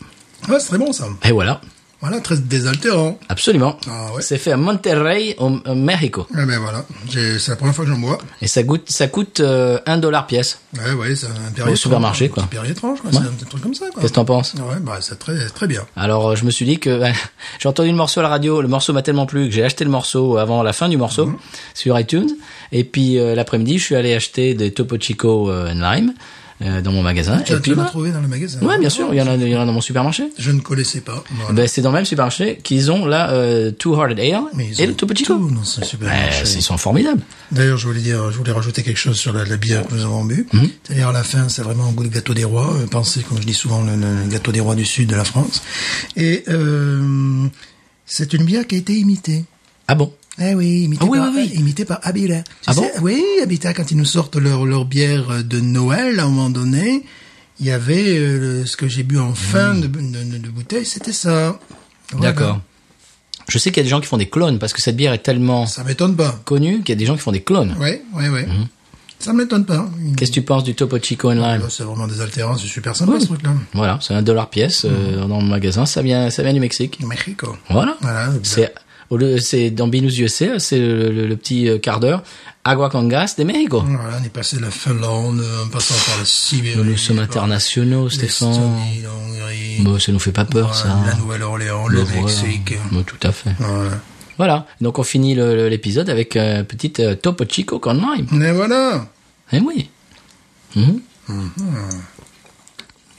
B: Ouais, Ah, c'est très bon ça.
A: Et voilà,
B: Voilà, très désaltérant.
A: absolument.
B: Ah ouais.
A: C'est fait à Monterrey au, au Mexico
B: Ah ben voilà, J'ai- c'est la première fois que j'en bois.
A: et ça coûte ça coûte euh, un dollar pièce.
B: Ouais, ouais, c'est un Perrier.
A: Au supermarché,
B: étrange,
A: quoi.
B: Un Perrier étrange, quoi. C'est un petit truc comme ça, quoi.
A: Qu'est-ce que t'en penses
B: Ouais, bah c'est très, c'est très bien.
A: Alors euh, je me suis dit que j'ai entendu le morceau à la radio, le morceau m'a tellement plu que j'ai acheté le morceau avant la fin du morceau
B: Mhm.
A: sur iTunes et puis euh, l'après-midi je suis allé acheter des Topo Chico euh, and Lime euh, dans mon magasin
B: Tu
A: et
B: as- tu
A: puis
B: l'as
A: bah,
B: trouvé euh, dans le magasin
A: ouais bien sûr il y en a il y en a dans mon supermarché.
B: Je ne connaissais pas. Voilà.
A: Ben, c'est dans le même supermarché qu'ils ont là euh, Two Hearted Ale
B: Mais ils
A: et
B: ont
A: le Topo Chico.
B: tout dans ce supermarché.
A: Eh, c'est- ils sont formidables.
B: D'ailleurs, je voulais dire, je voulais rajouter quelque chose sur la, la bière que nous avons bu.
A: Mmh.
B: C'est-à-dire, à la fin, c'est vraiment au goût du gâteau des rois. Euh, Pensez, comme je dis souvent, le, le gâteau des rois du sud de la France. Et euh, c'est une bière qui a été imitée.
A: Ah bon
B: Eh oui, imitée
A: Ah oui,
B: par,
A: oui, oui.
B: imitée par Habitat. Tu
A: Ah bon
B: Oui, Habitat, quand ils nous sortent leur, leur bière de Noël, à un moment donné, il y avait euh, le- ce que j'ai bu
A: Mmh.
B: en fin de, de- de bouteille, c'était ça. Voilà.
A: D'accord. Je sais qu'il y a des gens qui font des clones parce que cette bière est tellement
B: Ça m'étonne pas.
A: connue qu'il y a des gens qui font des clones.
B: Ouais, ouais, ouais.
A: Mmh.
B: Ça m'étonne pas.
A: Qu'est-ce que tu penses du Topo Chico and Lime
B: Là, C'est vraiment des altérances, c'est super sympa ce truc-là.
A: Voilà, c'est un dollar pièce euh, dans le magasin. Ça vient, ça vient du Mexique.
B: Mexico.
A: Voilà.
B: Hmm. Voilà.
A: c'est au lieu- c'est dans Binous USA, c'est le, le- le petit euh, quart d'heure agua con gas de Mexico.
B: Voilà, on est passé de la Finlande, euh, en passant par la Sibérie.
A: Nous, nous sommes
B: par
A: internationaux, Stéphane.
B: l'Estonie, l'Hongrie,
A: Bon, ça nous fait pas peur,
B: voilà,
A: ça.
B: la Nouvelle-Orléans, le
A: Bah, voilà.
B: Mexique. Hmm.
A: Bah, tout à fait.
B: Voilà.
A: Voilà. Donc on finit le- le- l'épisode avec euh, une petite euh, Topo Chico con lime.
B: Mais voilà
A: Eh oui. Mhm.
B: Hmm.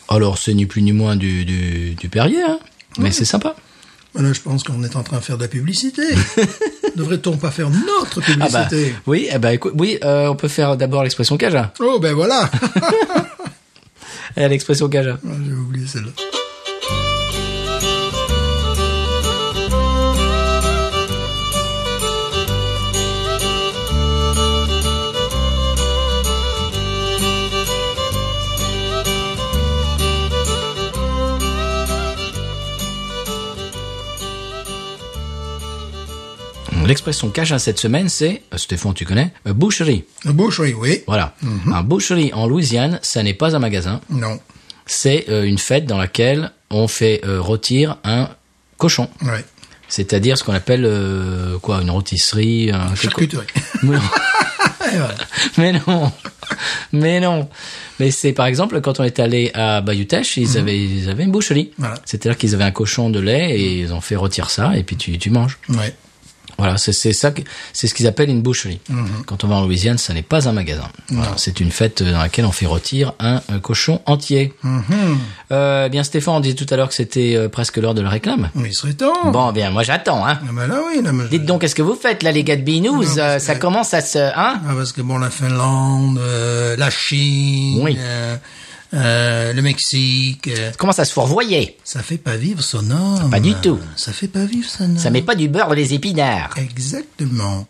A: Alors c'est ni plus ni moins du du, du Perrier, hein. mais c'est sympa.
B: Voilà, je pense qu'on est en train de faire de la publicité. Devrait-on pas faire notre
A: Ah bah,
B: publicité
A: oui, eh bah, écoute, oui, euh, on peut faire d'abord l'expression Kaja.
B: Oh ben voilà
A: Eh, L'expression Kaja.
B: Ah, J'ai oublié celle-là.
A: L'expression cajun cette semaine, c'est, euh, Stéphane, tu connais, euh, boucherie.
I: Le boucherie, oui.
A: Voilà. Un boucherie en Louisiane, ça n'est pas un magasin.
I: Non.
A: C'est euh, une fête dans laquelle on fait euh, rôtir un cochon.
I: Ouais.
A: C'est-à-dire ce qu'on appelle, euh, quoi, une rôtisserie. un-
I: Charcuterie.
A: Mais non.
I: Et voilà.
A: Mais non. Mais non. Mais c'est par exemple quand on est allé à Bayutech, ils avaient ils avaient une boucherie.
I: Voilà.
A: C'est-à-dire qu'ils avaient un cochon de lait et ils ont fait rôtir ça et puis tu tu manges.
I: Ouais.
A: Voilà, c'est c'est ça que- c'est ce qu'ils appellent une boucherie. Quand on va en Louisiane, ça n'est pas un magasin. Voilà, c'est une fête euh, dans laquelle on fait rôtir un, un cochon entier. Euh, bien Stéphane, on disait tout à l'heure que c'était euh, presque l'heure de la réclame.
I: Mais il serait temps.
A: Bon, bien moi j'attends hein.
I: Ah
B: ben
I: bah là, oui. là, mais je-
A: Dites donc, qu'est-ce que vous faites là, les gars de Binous Euh,
I: Non, parce que-
A: Ça commence à se, hein
I: Ah, parce que bon, la Finlande, euh, la Chine,
A: Oui.
I: euh, euh, le Mexique, euh,
A: Ça commence à se fourvoyer.
I: ça fait pas vivre son homme.
A: Pas du tout.
I: Ça fait pas vivre son homme.
B: Mhm.
A: Ça met pas du beurre dans les épinards.
I: Exactement.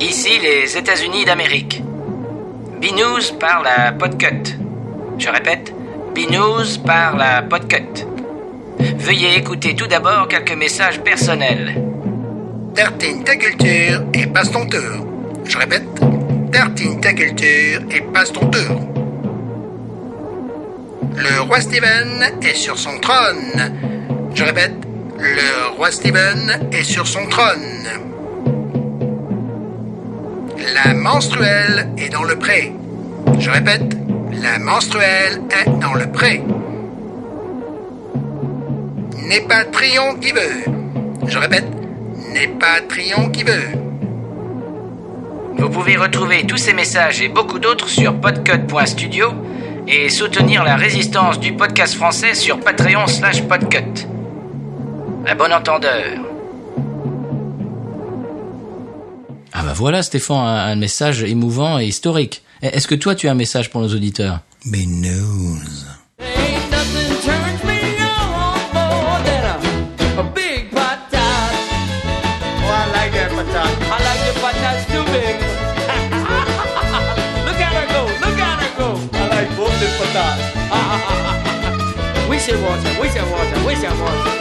A: Ici les États-Unis d'Amérique. Binous parle à Podcut. Je répète, Binous parle à Podcut. Veuillez écouter tout d'abord quelques messages personnels.
B: Tartine ta culture et passe ton tour. Je répète, tartine ta culture et passe ton tour. Le roi Steven est sur son trône. Je répète, le roi Steven est sur son trône. La menstruelle est dans le pré. Je répète, la menstruelle est dans le pré. N'est pas Trion qui veut. Je répète, n'est pas Trion qui veut.
A: Vous pouvez retrouver tous ces messages et beaucoup d'autres sur podcut.studio et soutenir la résistance du podcast français sur Patreon slash podcut. À bon entendeur. Ah bah voilà Stéphane, un, un message émouvant et historique. Eh, Est-ce que toi tu as un message pour nos auditeurs
I: Mais news.
J: Ain't nothing turns me on more than a, a big pot tot. Oh, I like that patat. I like the patats too big. look at her go, look at her go. I like both the patats. we should watch her, we should watch her, we should watch her.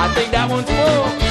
J: I think that one's full.